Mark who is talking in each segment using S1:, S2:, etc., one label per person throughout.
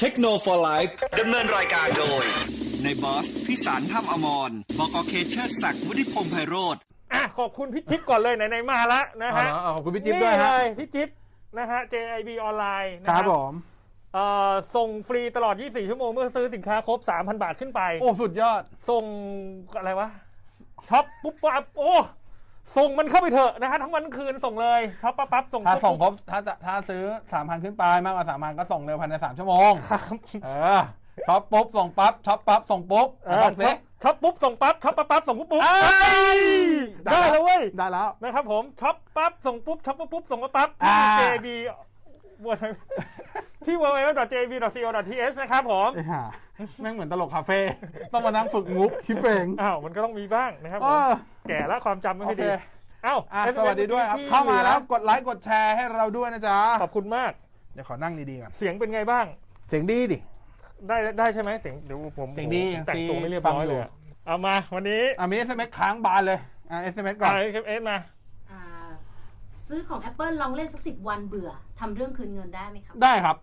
S1: t e c h n o for Life
S2: ดำเนินรายการโดย
S1: ในบอสพิสารถ้ำอมรบกเคเชอร์ศักดิ์วุฒิพงษ์ไพโรธ
S3: อ่ะขอบคุณพี่จิ๊บก่อนเลยไหนๆมาละนะฮะ
S4: เอาเหรอเอาขอบคุณพี่จิ๊บด้วยฮะ
S3: นี่เลยพี่จิ๊บนะฮะ JIB ออนไลน์นะ
S4: ค
S3: ค
S4: รั
S3: รั
S4: บบ ผม
S3: เอ่อส่งฟรีตลอด 24 ชั่วโมงเมื่อซื้อสินค้าครบ 3,000 บาทขึ้นไป
S4: โอ้สุดยอด
S3: ส่งอะไรวะช็อปปุ๊บปั๊บโอ้ส่งมันเข้าไปเถอะนะฮะทั้งวันทั้งคืนส่งเลยช็อปปั๊บปั๊บส่ง
S4: ถ้าส่งค
S3: ปุ๊บ
S4: รบถ้าจะถ้าซื้อสามพันขึ้นไปมากกว่าสามพันก็ส่งเร็วภายในสามชั่วโมง
S3: ครับ
S4: เออช็อปปุ๊บส่งปั๊บช็อปปั๊บส่งปุ๊บ
S3: เออ
S4: ช็อปเซ็
S3: ช็อปช็อ
S4: ต
S3: ปปุ๊บส่งปั๊บช็อปปั๊บปั๊บส่งปุ๊บปุ๊บ
S4: เอ้ย
S3: ได้แล้วเว้ย
S4: ได้แล้ว
S3: นะครับผมช็อปปั๊บส่งปุ๊บช็อปปุ๊บปุ๊บส่งปั๊บปั๊บที่
S4: อ่า
S3: JIB เวอร์ไทยที่ www.jb.co.th นะครับผม
S4: ไอ้ห่าแม่งเหมือนตลกคาเฟ่ต้องมานั่งฝึกมุกชิปเอง
S3: อ้าวมันก็ต้องมีบ้างนะครับผ
S4: เอ
S3: ม
S4: อ
S3: แก่แล้วความจำไม่ค่อยดี
S4: โอเค
S3: เอ้า
S4: อ่ะ
S3: SMS
S4: สวัสดีด้วยครับ
S3: ที่
S4: เข้ามาแล้ว
S3: เห
S4: กดไลค์กดแชร์ให้เราด้วยนะจ๊ะ
S3: ลือขอบคุณมาก
S4: เดี๋ยวขอนั่งดีๆก่อน
S3: เสียงเป็นไงบ้าง
S4: เสียงดีดิ
S3: ได้ได้ใช่ไหมเสียงเดี๋ยวผม
S4: เสียงดี
S3: ผมแต่งตัวไม่เรียบร้อยเลยอะ
S4: ฟังอยู่
S3: เอามาวันนี้
S4: อ่ะมีเอสเอ็มเอสค้างบานเลยอ่ะเอสเอ็มเอสก่อน
S3: เอาเอฟเอสมา
S5: อ่าซื้อของ Apple ลองเล่นสักสิบวันเบื่อทำเรื่องคืนเงินได้ไหมครับ
S4: ได้ครับ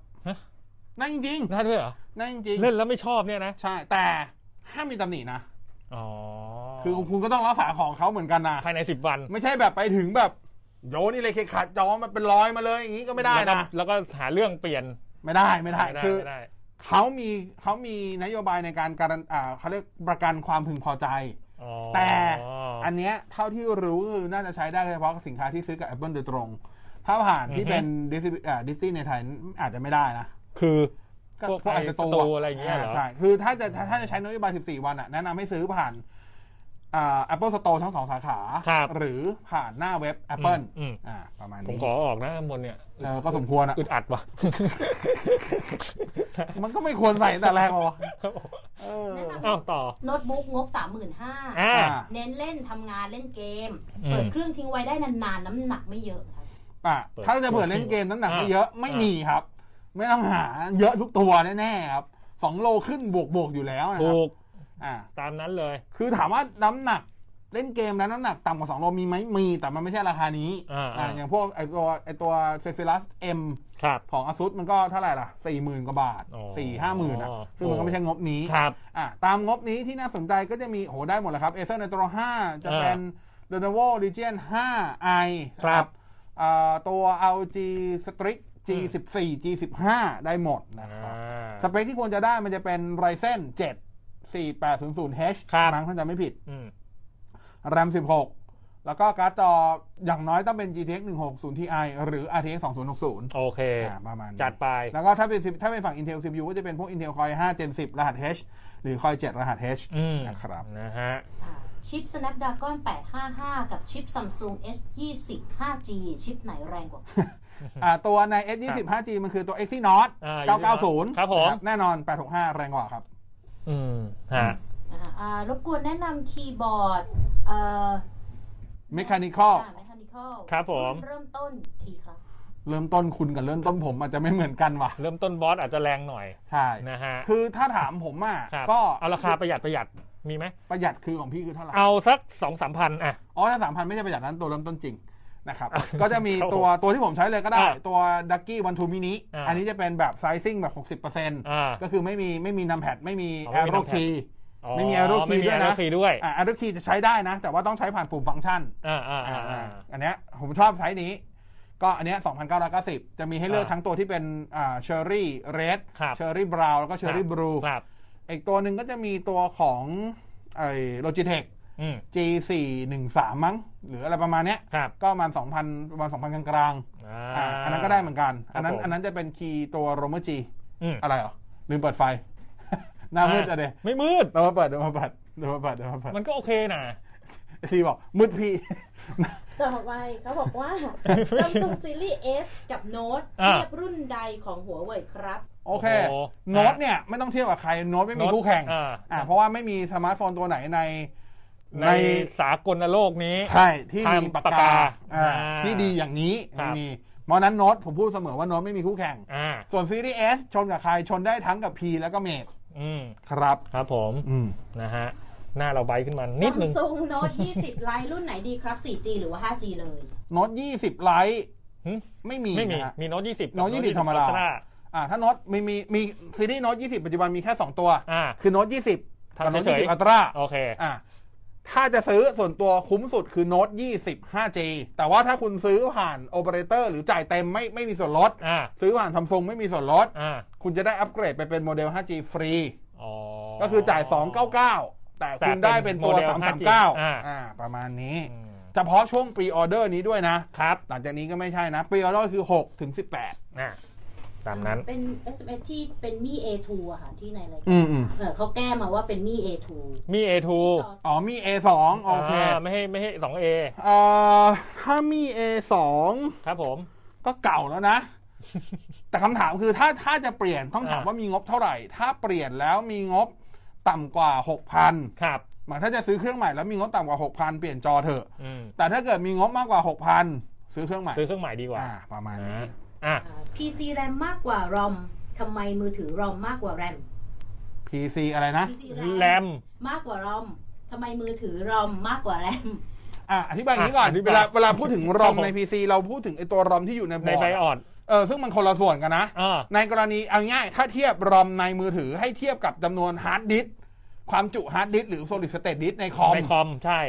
S4: นั่นจริง
S3: ได้ด้วยเหรอ
S4: ๆนั่นจริงๆ
S3: เล่นแล้วไม่ชอบเนี่ยนะ
S4: ใช่ แต่ห้ามมีตำหนินะ
S3: อ๋อ
S4: คือคุณก็ต้องรักษาของเขาเหมือนกันนะ
S3: ภายในสิบวัน
S4: ไม่ใช่แบบไปถึงแบบ โยนนี่เลยเคขาดจอมันเป็นรอยมาเลยอย่างนี้ก็ไม่ได้
S3: แล้วก็
S4: นะ
S3: แล้วก็หาเรื่องเปลี่ยน
S4: ไม่ได้ไม่ได้คือ
S3: ไม่ได้
S4: เขามีเขามีนโยบายในการการันอ่าเขาเรียกประกันความพึงพอใจ
S3: อ๋อ
S4: แต่อันเนี้ยเท่าที่รู้ก็คือน่าจะใช้ได้เฉพาะสินค้าที่ซื้อกับ Apple โดยตรง ถ้าผ่านที่เป็นดิสซี่ในไทยอาจจะไม่ได้นะ
S3: คือ
S4: ก็
S3: พวก
S4: พวกไอ
S3: ไอ้
S4: สโต
S3: สโตอะไรอย่างเงี้ยเหรอ
S4: ใช่ คือถ้าจะถ้าจะใช้นโยบาย 14 วันอ่ะ แนะนำให้ซื้อผ่านอ่า Apple Store ทั้งสองสาขา หรือผ่านหน้าเว็บ Apple
S3: อืม
S4: อ่า ประมาณ
S3: ผม
S4: นี้
S3: ขอออกนะข้างบนเนี่ย
S4: เออก็สมควรอ่ะ
S3: อึดอัด ว่ะ
S4: มันก็ไม่ควรใส่แต่แรกหรอวะ
S5: แนะน
S3: เอ้าต่อ
S5: ำโน้ตบุ๊กงบ 35,000
S3: อ่า
S4: อ่า
S5: เน้นเล่นทำงานเล่นเกม
S3: อืม
S5: เปิดเครื่องทิ้งไว้ได้นานๆ น้ำหนักไม่เยอะครับ
S4: อ่ะถ้าจะเปิดเล่นเกมน้ำหนักไม่เยอะไม่มีครับ ไม่ต้องหาเยอะทุกตัวแน่ๆครับสองโลขึ้นบวกบวกๆอยู่แล้วนะค
S3: ถู
S4: รับ
S3: ก
S4: อ่า
S3: ตามนั้นเลย
S4: คือถามว่าน้ำหนักเล่นเกมแล้วน้ำหนักต่ำกว่า 2 โลมีไหมมีแต่มันไม่ใช่ราคานี้
S3: อ่า
S4: อ่า
S3: อ่า
S4: อย่างพวกไอตัวไอตัวเซฟิลัสเอ็ม
S3: ครับ
S4: ของอาซุมันก็เท่าไหร่ล่ะสี่หมื่นกว่าบาท
S3: อ๋อ
S4: สี่ห้าหมื่นอ่ะ ซึ่งมันก็ไม่ใช่งบนี้
S3: ครับ
S4: อ่าตามงบนี้ที่น่าสนใจก็จะมีโหได้หมดแหละครับเอเซอร์ในตัวห้าจะ
S3: อ่า
S4: เป็น l e n o v o r e g i o n 5 i
S3: ครับ
S4: อ่าตัว LG Strix G14 G15 ได้หมดนะครับ สเปคที่ควรจะได้มันจะเป็น Ryzen 7 4800H
S3: ครับ
S4: มั้งถ้าจำไม่ผิด
S3: อืม
S4: RAM 16 แล้วก็การ์ดจออย่างน้อยต้องเป็น GTX 160 Ti หรือ RTX 2060
S3: โอเค
S4: อ่าประมาณนี้
S3: จัดไป
S4: แล้วก็ถ้าเป็น10ถ้าเป็นฝั่ง Intel CPU ก็จะเป็นพวก Intel Core i 5 Gen 10 รหัส H หรือ Core i 7 รหัส H
S3: อืม
S4: นะครับ
S3: นะฮะ
S5: อ่าชิป Snapdragon 855 กับชิป Samsung S20 5G ชิปไหนแรงกว่า
S4: อ่าตัวใน S20 5G มันคือตัว Exynos
S3: อ่า
S4: 990
S3: ครับผม
S4: นะแน่นอน 865 แรงกว่าครับ
S3: อืมฮะ
S5: นะคะอ่ารบกวนแนะนำคีย์บอร์ดเอ่อ
S4: Mechanical
S5: แมคานิคอล
S3: ครับผม
S5: เริ่มต้นทีครับ
S4: เริ่มต้นคุณกับเริ่มต้นผมอาจจะไม่เหมือนกันว่ะ
S3: เริ่มต้นบอสอาจจะแรงหน่อย
S4: ใช่
S3: นะฮะ
S4: คือถ้าถามผมอ่ะ
S3: ครับ
S4: ก็
S3: เอาราคาประหยัดประหยัดมีไหม
S4: ประหยัดคือของพี่คือเท่าไหร่
S3: เอาสักสองสามพันอ่ะ
S4: อ๋อถ้าสามพันไม่ใช่ประหยัดนั้นตัวเริ่มต้นจริงนะครับ
S3: อ่ะ
S4: ก็จะมีตัวตัวที่ผมใช้เลยก็ได้
S3: อ่ะ
S4: ตัวดักกี้วันทูมินิ
S3: อ่ะ
S4: อันนี้จะเป็นแบบไซซิ่งแบบ 60%
S3: อ่า
S4: ก็คือไม่มีไม่มีนัมแพดไม่มี
S3: อ๋อ
S4: แอ
S3: ไม่มี
S4: โร
S3: numpad
S4: คีไม่มีแอโรคี
S3: ไม่มี
S4: ด้ว
S3: แอ
S4: ย
S3: โร
S4: นะ
S3: คีด้วย
S4: แอโรคีจะใช้ได้นะ แต่ว่าต้องใช้ผ่านปุ่มฟังก์ชัน
S3: อ่าอ่า
S4: อ่ะ
S3: อ่า
S4: อ่ะอันเนี้ยผมชอบใช้นี้ ก็อันเนี้ย2,990 จะมีให้เลือก
S3: อ่า
S4: ทั้งตัวที่เป็นอ่าเชอร์รี่เรด
S3: ครับ
S4: เชอร์รี่บราวน์แล้วก็เชอร์รี่บลู
S3: ครับ
S4: อีกตัวหนึ่งก็จะมีตัวของไอ้โลจิเทค
S3: อืม
S4: G413 มั้ง หรืออะไรประมาณเนี้ย
S3: ครับ
S4: ก็ประมาณ2,000ประมาณ2,000 กลาง
S3: อ่า
S4: ๆอ่าอันนั้นก็ได้เหมือนกัน อันนั้น
S3: ผม
S4: อันนั้นจะเป็นคีย์ตัวโรเมอร์จี
S3: อืม
S4: อะไรเหรอลืมเปิดไฟ หน้ามืดอะเด
S3: ไม่มืด
S4: เรามาเปิดเรามาเปิดเรามาเปิดเรามาเปิด
S3: มันก็โอเคนะ
S4: ทีบอกมืดพี่
S5: ต่อไปเขาบอก ว่า Samsung Series S กับ Note
S3: อ่า
S5: เทียบรุ่นใดของหัวเว่ยครับ
S4: โอเค
S3: โอ้โห
S4: โน้ตเนี่ย ไม่ต้องเทียบกับใคร โน้ตไม่มี
S3: โน้ต
S4: คู่แข่ง
S3: อ่า
S4: อ่าเพราะว่าไม่มีสมาร์ทโฟนตัวไหนใน
S3: ในสากลโลกนี้
S4: ใช่ที่มีปาก
S3: ปากกาก
S4: าอ่า
S3: อ่า
S4: ที่ดีอย่างนี้
S3: ครั
S4: ไม่
S3: บ
S4: มีเพราะฉะนั้นโน้ตผมพูดเสมอว่าโน้ตไม่มีคู่แข่ง
S3: อ่า
S4: ส่วนซีรีส์ S ชนกับใคร ชนได้ทั้งกับ P แล้วก็เมด
S3: อืม
S4: ครับ
S3: ครับผม
S4: อืม
S3: นะฮะ หน้าเราไบขึ้นมานิดนึง
S5: Samsung Note 20 ไลน์รุ่นไหนดีครับ 4G หรือว่า 5G เลย
S4: โน้ต20 ไลท์
S3: หึ
S4: ไม่มี
S3: ไม่มี
S4: นะฮะ
S3: มีโน้ตยี่สิบ
S4: โน้ต20ธรรมดา
S3: อัลตร้า
S4: อ่าถ้าโน้ตมีมีมีซีรีส์โน้ต20 ปัจจุบันมีแค่ 2 ตัว
S3: อ่า
S4: คือโน้ต20 กับโน้ต
S3: ทำเฉยๆ
S4: 20อัลตร้า
S3: โอเค
S4: อ่าถ้าจะซื้อส่วนตัวคุ้มสุดคือโน้ต20 5G แต่ว่าถ้าคุณซื้อผ่านโอเปอเรเตอร์หรือจ่ายเต็มไม่ไม่มีส่วนลด
S3: อ่า
S4: ซื้อผ่านซัมซุงไม่มีส่วนลด
S3: อ่า
S4: คุณจะได้อัปเกรดไปเป็นโมเดล 5G ฟรี
S3: อ๋อ
S4: ก็คือจ่าย 299 แต่คุณได้เป็นตัว
S3: แต่เป็นโมเดล 5G
S4: 339
S3: อ่า
S4: อ่า ประมาณนี้
S3: อืม
S4: เฉพาะช่วงปรีออเดอร์นี้ด้วยนะ
S3: ครับ
S4: หลังจากนี้ก็ไม่ใช่นะปรีออเดอร์คือ 6 ถึง
S3: อ่า ตามนั้น
S5: เป็น SMS ที่เป็นมี่ A2 อะค่ะ ที่ในราย
S4: 18
S5: การ
S4: อืมอืม
S5: เออเขาแก้มาว่าเป็นมี่ A2
S3: มี A2
S5: ที่จอ
S4: อ๋อมี A2 โอเค
S3: าไม่ให้ไม่ให้สองเอ
S4: เอ่อถ้ามี A2
S3: ครับผม
S4: ก็เก่าแล้วนะ แต่คำถามคือถ้าถ้าจะเปลี่ยนต้องถาม
S3: อ่า
S4: ว่ามีงบเท่าไหร่ ถ้าเปลี่ยนแล้วมีงบต่ำกว่า 6,000
S3: ครับ
S4: หมายถ้าจะซื้อเครื่องใหม่แล้วมีงบต่ำกว่า 6,000 เปลี่ยนจอเถอะ
S3: อืม
S4: แต่ถ้าเกิดมีงบมากกว่า 6,000 ซื้อเครื่องใหม่
S3: ซื้อเครื่องใหม่ดีกว่า
S4: อ่าประมาณนี้
S3: อ่าอ่ะ
S5: PC RAM มากกว่า ROM ทำไมมือถือ ROM มากกว่า RAM
S4: PC อะไรนะ
S5: PC
S3: แรม
S5: มากกว่า ROM ทำไมมือถือ ROM มากกว่า RAM
S4: อ่ะอธิบายอย่างนี้ก่อน
S3: อ่ะอธิบาย
S4: เวลาเวลาพูดถึงรอม
S3: ครับผม
S4: ใน PC เราพูดถึงไอตัวรอมที่อยู่ในบ
S3: ใน
S4: อร์
S3: ไบ
S4: ด
S3: ออด
S4: เออซึ่งมันคนละส่วนกันนะ
S3: อ่า
S4: ในกรณีเอาง่ายถ้าเทียบรอมในมือถือให้เทียบกับจำนวนฮาร์ดดิสก์ความจุฮาร์ดดิสก์หรือ solid state disk ในคอม
S3: ในคอมใช่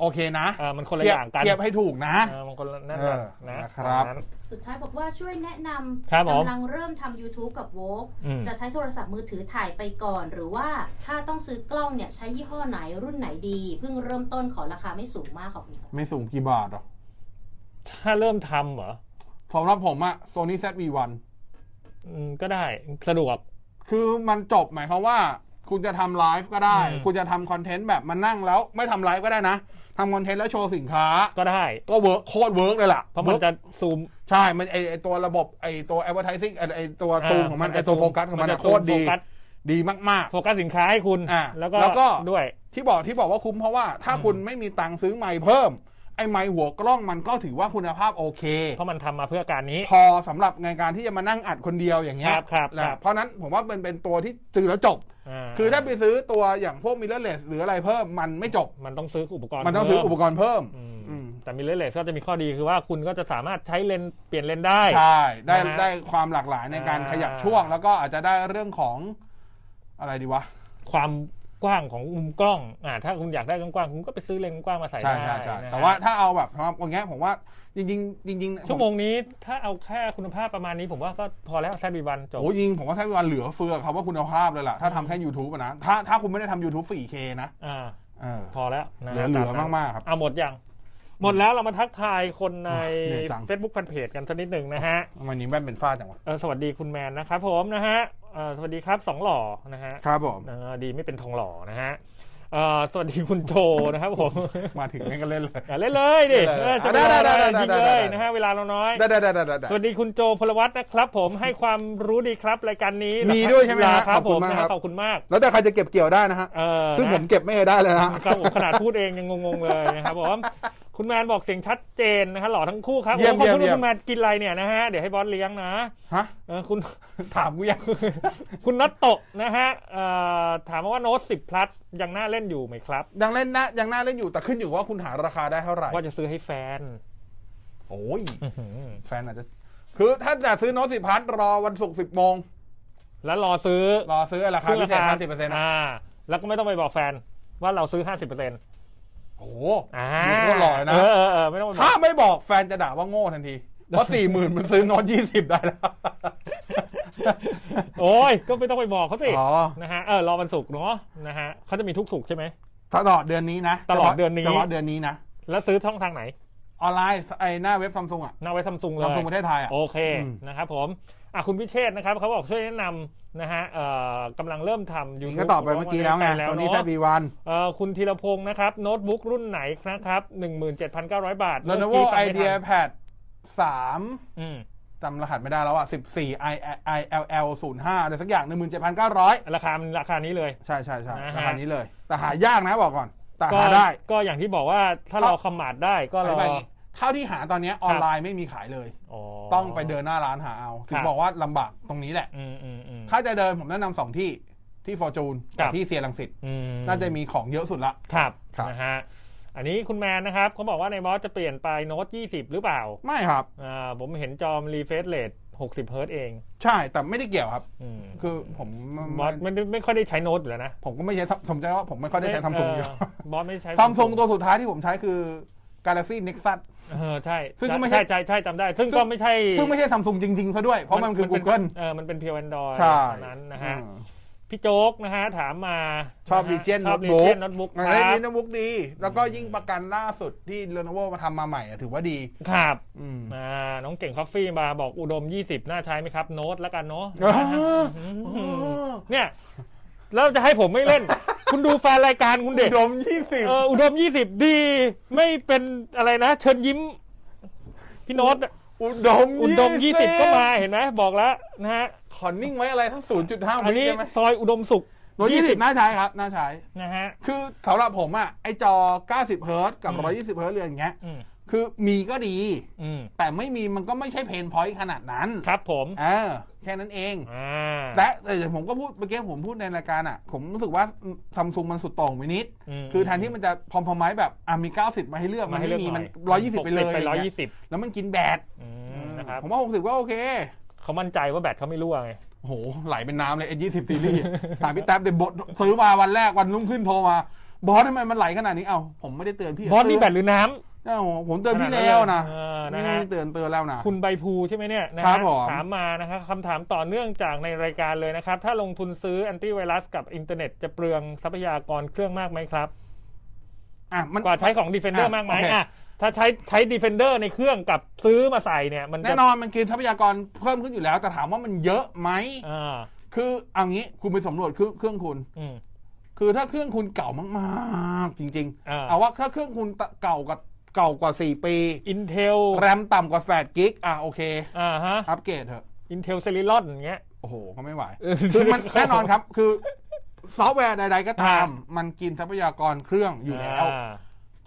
S4: โอเคนะ
S3: เออมันคนละ
S4: เที
S3: อบ ย่างกัน
S4: เทียบให้ถูกนะ
S3: เออมันคนละนั่นกัน
S4: เออ
S3: นะ
S4: นะครับ
S3: ตามนั้น
S5: สุดท้ายบอกว่าช่วยแนะน
S3: ครับผ
S5: ำ
S3: ม
S5: กำลังเริ่มทำ YouTube กับ v o g
S3: อืม
S5: จะใช้โทรศัพท์มือถือถ่ายไปก่อน หรือว่าถ้าต้องซื้อกล้องเนี่ยใช้ยี่ห้อไหนรุ่นไหนดี เพิ่งเริ่มต้นขอราคาไม่สูงมากขอบคุณครับ
S4: ไม่สูงกี่บาทหรอก
S3: ถ้าเริ่มทำเหรอ
S4: สำหรับผมอะ Sony ZV-1
S3: อืมก็ได้สะดวก
S4: คือมันจบหมายความว่า คุณจะทำไลฟ์ก็ได้
S3: อืม
S4: คุณจะทำคอนเทนต์แบบมานั่งแล้ว ไม่ทำไลฟ์ก็ได้นะทำคอนเทนต์แล้วโชว์สินค้า
S3: ก็ได้
S4: ก็เวิร์กโคตรเวิร์กเลยล่ะ
S3: เพราะมันจะซูม
S4: ใช่มันไอไอตัวระบบไอตัว advertising ไอ้ไอตัวซูมของมันไอตัวโฟกัสของมันอะ
S3: จะ
S4: โคตร
S3: ซูม
S4: ดี
S3: โฟกัส
S4: ดีมาก
S3: โฟกัสสินค้าให้คุณ
S4: อ่ะ
S3: แล้วก็
S4: แล้วก็
S3: ด้วย
S4: ๆ ที่บอกที่บอกว่าคุ้มเพราะว่าถ้าคุณไม่มีตังค์ซื้อไมค์เพิ่ม ไอไมค์หัวกล้องมันก็ถือว่าคุณภาพโอเค
S3: เพราะมันทำมาเพื่อการนี้
S4: พอสำหรับงานการที่จะมานั่งอัดคนเดียวอย่างเงี้ย
S3: ครับครับ
S4: นะครับ เพราะนั้นผมว่ามันเป็นตัวที่ตื่นแล้วจบ คือถ้าไปซื้อตัวอย่างพวกมิเ r อร์เลสหรืออะไรเพิ่มมันไม่จบ
S3: มันต้องซื้ออุปกรณ์
S4: มันต้องซื้ออุปกรณ์เพิ่ม
S3: อืม
S4: อืม
S3: แต่มิเลเลสก็จะมีข้อดีคือว่าคุณก็จะสามารถใช้เลนส์เปลี่ยนเลนส์ได้
S4: ใช่ได้
S3: นะฮะ
S4: ได้ความหลากหลายในการ
S3: อ่า
S4: ขยับช่วง แล้วก็อาจจะได้เรื่องของอะไรดีวะ
S3: ความกว้างของมุมกล้องอ่าถ้าคุณอยากได้กว้างๆคุณก็ไปซื้อเลนส์กว้างมาใส่
S4: ใช่
S3: ได้
S4: ใช่ใช่
S3: นะฮะ
S4: แต่ว่าถ้าเอาแบบสำหรับอย่างเงี้ยผมว่าจริงจริงๆจริงๆ
S3: ชั่วโมงนี้ถ้าเอาแค่คุณภาพประมาณนี้ผมว่าก็พอแล้วแซดวีวันจบ
S4: โอ้ยจริงผมว่าใช้เวลาเหลือเฟือครับว่าคุณภาพเลยล่ะ ถ้าทำแค่ YouTube อะนะ ถ้าถ้าคุณไม่ได้ทำ YouTube 4K นะ
S3: อ่า
S4: เออ
S3: พอแล้วนะ
S4: เหลือเหลือ
S3: ตนั้น
S4: มากๆครับ
S3: อ่ะหมดยัง หมดแล้วเรามาทักทายคนใน
S4: เหนื่อยจัง
S3: Facebook Fanpage กันสักนิดหนึ่งนะฮะ
S4: ทำไมันนี้แว่นเป็นฝ้าจังวะ
S3: เอ่อสวัสดีคุณแมนนะครับผมนะฮะเอ่อสวัสดีครับสองหล่อนะฮะ
S4: ครับผม
S3: เอ่อดีไม่เป็นทองหล่อนะฮะเอ่อสวัสดีคุณโจนะครับผม
S4: มาถึงแม่งก็เล่นเลย
S3: อ่ะเล่นเลยดิ
S4: เล่นเลย
S3: เออจะ
S4: ได้
S3: ได้
S4: ได้
S3: ได้
S4: ได้
S3: ได้ยิง
S4: ได้ได้
S3: เลย
S4: ได้
S3: นะฮะเวลาเราน้อย
S4: ได้ได้ได้ได้ได้
S3: สวัสดีคุณโจพลวัตนะครับ ผมให้ความรู้ดีครับรายการนี้
S4: มีด้วยใช่ไหมฮะ
S3: ครับ
S4: ข
S3: ผ
S4: อบคุ
S3: ม
S4: ณมาก
S3: นะ
S4: ค
S3: ฮะ
S4: รับ
S3: ขอบคุณมาก
S4: แล้วแต่ใครจะเก็บเกี่ยวได้นะฮะ
S3: เออ
S4: ซึ่งผม
S3: นะ
S4: เก็บไม่ได้เลยนะ
S3: ครับผมขนาดพูดเองยังงงๆเลยนะครับผม คุณแมนบอกเสียงชัดเจนนะฮะหล่อทั้งคู่ครับ
S4: เยี่ยม
S3: โอ้ขอบคุณ
S4: เยี่ยม
S3: คุณแมนกินอะไรเนี่ยนะฮะเดี๋ยวให้บอสเลี้ยงนะ
S4: ฮะ
S3: เออคุณ
S4: ถามกูยัง
S3: คุณนัตโตะนะฮะเอ่อถามมาว่าโน้ตสิบพลัสยังน่าเล่นอยู่ไหมครับ
S4: ยังเล่นนะยังน่าเล่นอยู่แต่ขึ้นอยู่ว่าคุณหาราคาได้เท่าไหร่
S3: ว่าจะซื้อให้แฟน
S4: โอ้ย
S3: อื้อหือ
S4: แฟนอาจจะ คือถ้าจะซื้อโน้ตสิพัทรอวันศุกร์สิบโมง
S3: แล้วรอซื้อ
S4: รอซื้อราคาพิเศษห้าสิบเปอร์เซ็นต์
S3: อ่า แล้วก็ไม่ต้องไปบอกแฟนว่าเราซื้อ 50%
S4: โอ้โห
S3: อ่า
S4: โคตรหล่อเลยนะ
S3: เออเออเออไม่ต้องไปบอ
S4: ถ้าก ไม่บอกแฟนจะด่าว่าโง่ทันที เพราะสี่หมื่นมันซื้อโน้ตยี่สิบได้แล้ว
S3: โอ้ยก็ไม่ต้องไปบอกเขาสิ
S4: อ๋อ
S3: นะฮะเออรอวันศุกร์เนาะนะฮะเขาจะมีทุกศุกร์ใช่ไหม
S4: ตลอดเดือนนี้นะ
S3: ตลอดเดือนนี้
S4: ตลอดเดือนนี้นะ
S3: แล้วซื้อช่องทางไหน
S4: ออนไลน์ไอหน้าเว็บซัมซุงอ่ะ
S3: หน้าไว้ซัมซุงเล
S4: ซัม
S3: ย
S4: ซุงประเทศไทยอ่ะ
S3: โอเค
S4: อืม
S3: นะครับผมอ่ะคุณพิเชษนะครับเขาบอกช่วยแนะนำนะฮะเอ่อกำลังเริ่มทำยูทูบ
S4: ก็ตอบไปเมื่อกี้แล้วไงโซนี่แซบีวัน
S3: เอ่อคุณธีรพงศ์นะครับโน้ตบุ๊กรุ่นไหนนะครับ17,900 บาท
S4: ล e โนโว
S3: มื่กี้
S4: ไอ
S3: ฟังม่ทัน
S4: เดียแพดสาม
S3: อืม
S4: จำรหัสไม่ได้แล้วอ่ะสิบสี่ i i l l ศูนย์ห้าอะไรสักอย่างหนึ่งหมื่นเจ็ดพันเก้าร้อย
S3: ราคามันราคานี้เลย
S4: ใช่ใช่ใช่
S3: นะฮะ
S4: ราคานี้เลย แต่หายากนะบอกก่อน แต่
S3: ก็
S4: หาได้
S3: ก็อย่างที่บอกว่าถ้า
S4: ก็
S3: เราคอมมาดได้ก็
S4: อ
S3: เรา
S4: ธิบายอย่างงี้เท่าที่หาตอนเนี้ยออนไลน์ไม่มีขายเลย ต้องไปเดินหน้าร้านหาเอาถึงบอกว่าลำบากตรงนี้แหละ
S3: อืมอืมอืม
S4: ถ้าจะเดินผมแนะนำสองที่ที่ฟอร์จูน
S3: ครั
S4: กับบ ที่เซียรังสิต
S3: อืม
S4: น่าจะมีของเยอะสุดละ
S3: ครับ
S4: ครับ
S3: นะฮะอันนี้คุณแมนนะครับเขาบอกว่าในมอสจะเปลี่ยนไปโน้ต 20 หรือเปล่า
S4: ไม่ครับ
S3: อ่าผมเห็นจอมรีเฟรชเรท60 เฮิร์ตเอง
S4: ใช่แต่ไม่ได้เกี่ยวครับ
S3: อืม
S4: คือผมไม่
S3: มอสไม่ได้ไม่ค่อยได้ใช้โน้ตอยู่แล้วนะ
S4: ผมก็ไม่ใช้ผมใช้ว่าผมไม่ค่อยได้ใช้ซัมซุงอยู่
S3: เออมอสไม่ใช้
S4: ซัมซุงตัวสุดท้ายที่ผมใช้คือ Galaxy Nexus
S3: เออใช่
S4: ซึ่งก็ไม่ใช่
S3: ใช่ใช่ใช่จำได้ ซึ่ง
S4: ซึ่ง
S3: ก็ไม่ใช่
S4: ซึ่งไม่ใช่ซัมซุงจริง ๆ ซะด้วย เพราะมันคือ
S3: ป็
S4: Google
S3: เออมันเป็นเพียวแอนดรอย
S4: ใช่
S3: นั้นนะฮะ
S4: อืม
S3: พี่โจ๊กนะฮะถามมา
S4: ชอบ
S3: ะฮะ
S4: Legion
S3: ชอบ
S4: Notebook
S3: โน้ตบุ๊กค
S4: มัน
S3: รั
S4: ได้ดี
S3: บ
S4: โน้ตบุ๊กดี แล้วก็ยิ่งประกันล่าสุดที่ Lenovo มาทำมาใหม่อะถือว่าดี
S3: ครับ
S4: อืม
S3: อ่าน้องเก่งคอฟฟี่มาบอกอุดม 20 น่าใช้ไหมครับโน้ตแล้วกันเนาะ
S4: อ๋อ
S3: อืมเนี่ยแล้วจะให้ผมไม่เล่น คุณดูแฟนรายการคุณเด็ก
S4: อุดมยี่สิบ
S3: เอออุดมยี่สิบดีไม่เป็นอะไรนะ เชิญยิ้ม พี่โน้ตอะ
S4: อุดม
S3: อุดมยี่สิบก็มาเห็นไหมบอกแล้วนะฮะ
S4: ขอนิ่งไว้อะไรทั้งศูนย์จุดห้า
S3: อัน
S4: วิ
S3: นี้
S4: ได้ไหม
S3: ซอยอุดมสุข
S4: ร้อยยี่สิบน่าใช้ครับน่าใช้
S3: นะฮะ
S4: คือสำหรับผมอะไอจอ 90 เฮิร์ตกับ
S3: อืม
S4: 120 เฮิร์ตเรือย่างเงี้ย
S3: อืม
S4: คือมีก็ดี
S3: อืม
S4: แต่ไม่มีมันก็ไม่ใช่เพนพอยต์ขนาดนั้น
S3: ครับผม
S4: เออแค่นั้นเอง
S3: อ่า
S4: และแต่ผมก็พูดเมื่อกี้ผมพูดในรายการอะผมรู้สึกว่าซัมซุงมันสุดโต่งไปนิด
S3: ม
S4: คือแทนที่มันจะพอมพอมไม้แบบอ่ะมี 90 มาให้เลือก มัน
S3: ให้
S4: ไม่
S3: เลือก
S4: มี
S3: ห
S4: มัน
S3: น่
S4: 120 ไปเลย
S3: ไปร้
S4: อาง
S3: อย
S4: งี้
S3: ยี่สิบ
S4: แล้วมันกินแบต
S3: อืมนะครับ
S4: ผมว่า 60 ก็โอเค
S3: เขามั่นใจว่าแบตเขาไม่รั่วไง
S4: โอ้โห ไหลเป็นน้ำเลยเอ็นยี่สิบซีรีส์ ถามพี่แท็บเดี๋ยวบดซื้อมาวันแรกวันรุ่งขึ้นโทรมา บอสทำไมมันไหลขนาดนี้เอ้าผมไม่ได้เตือนพี่
S3: บอสนี่แบ
S4: เตื
S3: ตหรือน้ำ
S4: เอ้าผมเตือนพี่
S3: ขนาดนั้น
S4: แล้วนะ
S3: เออนะ
S4: นี่
S3: ฮะ
S4: เตือนเตือนแล้วนะ
S3: คุณใบภูใช่ไหมเนี่ยนะฮะ
S4: ครับผม
S3: ถามมานะครับคำถามต่อเนื่องจากในรายการเลยนะครับ ถ้าลงทุนซื้อแอนตี้ไวรัสกับอินเทอร์เน็ตจะเปลืองทรัพยากรเครื่องมากไหมครับ
S4: อ่ะมัน
S3: กว่าใช้ของ Defender
S4: อ่ะ
S3: มากไหม
S4: โอเค
S3: อ่ะถ้าใช้ใช้ Defender ในเครื่องกับซื้อมาใส่เนี่ย มันจะ
S4: แน่นอนมันกินทรัพยากรเพิ่มขึ้นอยู่แล้ว แต่ถามว่ามันเยอะไหม
S3: อ่า
S4: คือเอางี้คุณไปสำรวจเครื่องเครื่องคุณ
S3: อืม
S4: คือถ้าเครื่องคุณเก่ามากๆ จริง
S3: อ่า
S4: ๆ เอาว่าถ้าเครื่องคุณเก่ากว่าเก่ากว่า 4 ปี
S3: Intel
S4: แรมต่ำกว่า8กิกอ่ะโอเค
S3: อ่าฮะ
S4: อัปเกรดเถอะ
S3: Intel Celeron อย่างเงี้ย
S4: โอ้โห ก็ ไม่ไหว
S3: เออ
S4: คือมันแน่นอนครับ คือซอฟต์แวร์ใด ๆ ก็ตาม
S3: อ่
S4: มันกินทรัพยากรเครื่องอยู่แล้ว
S3: อ่า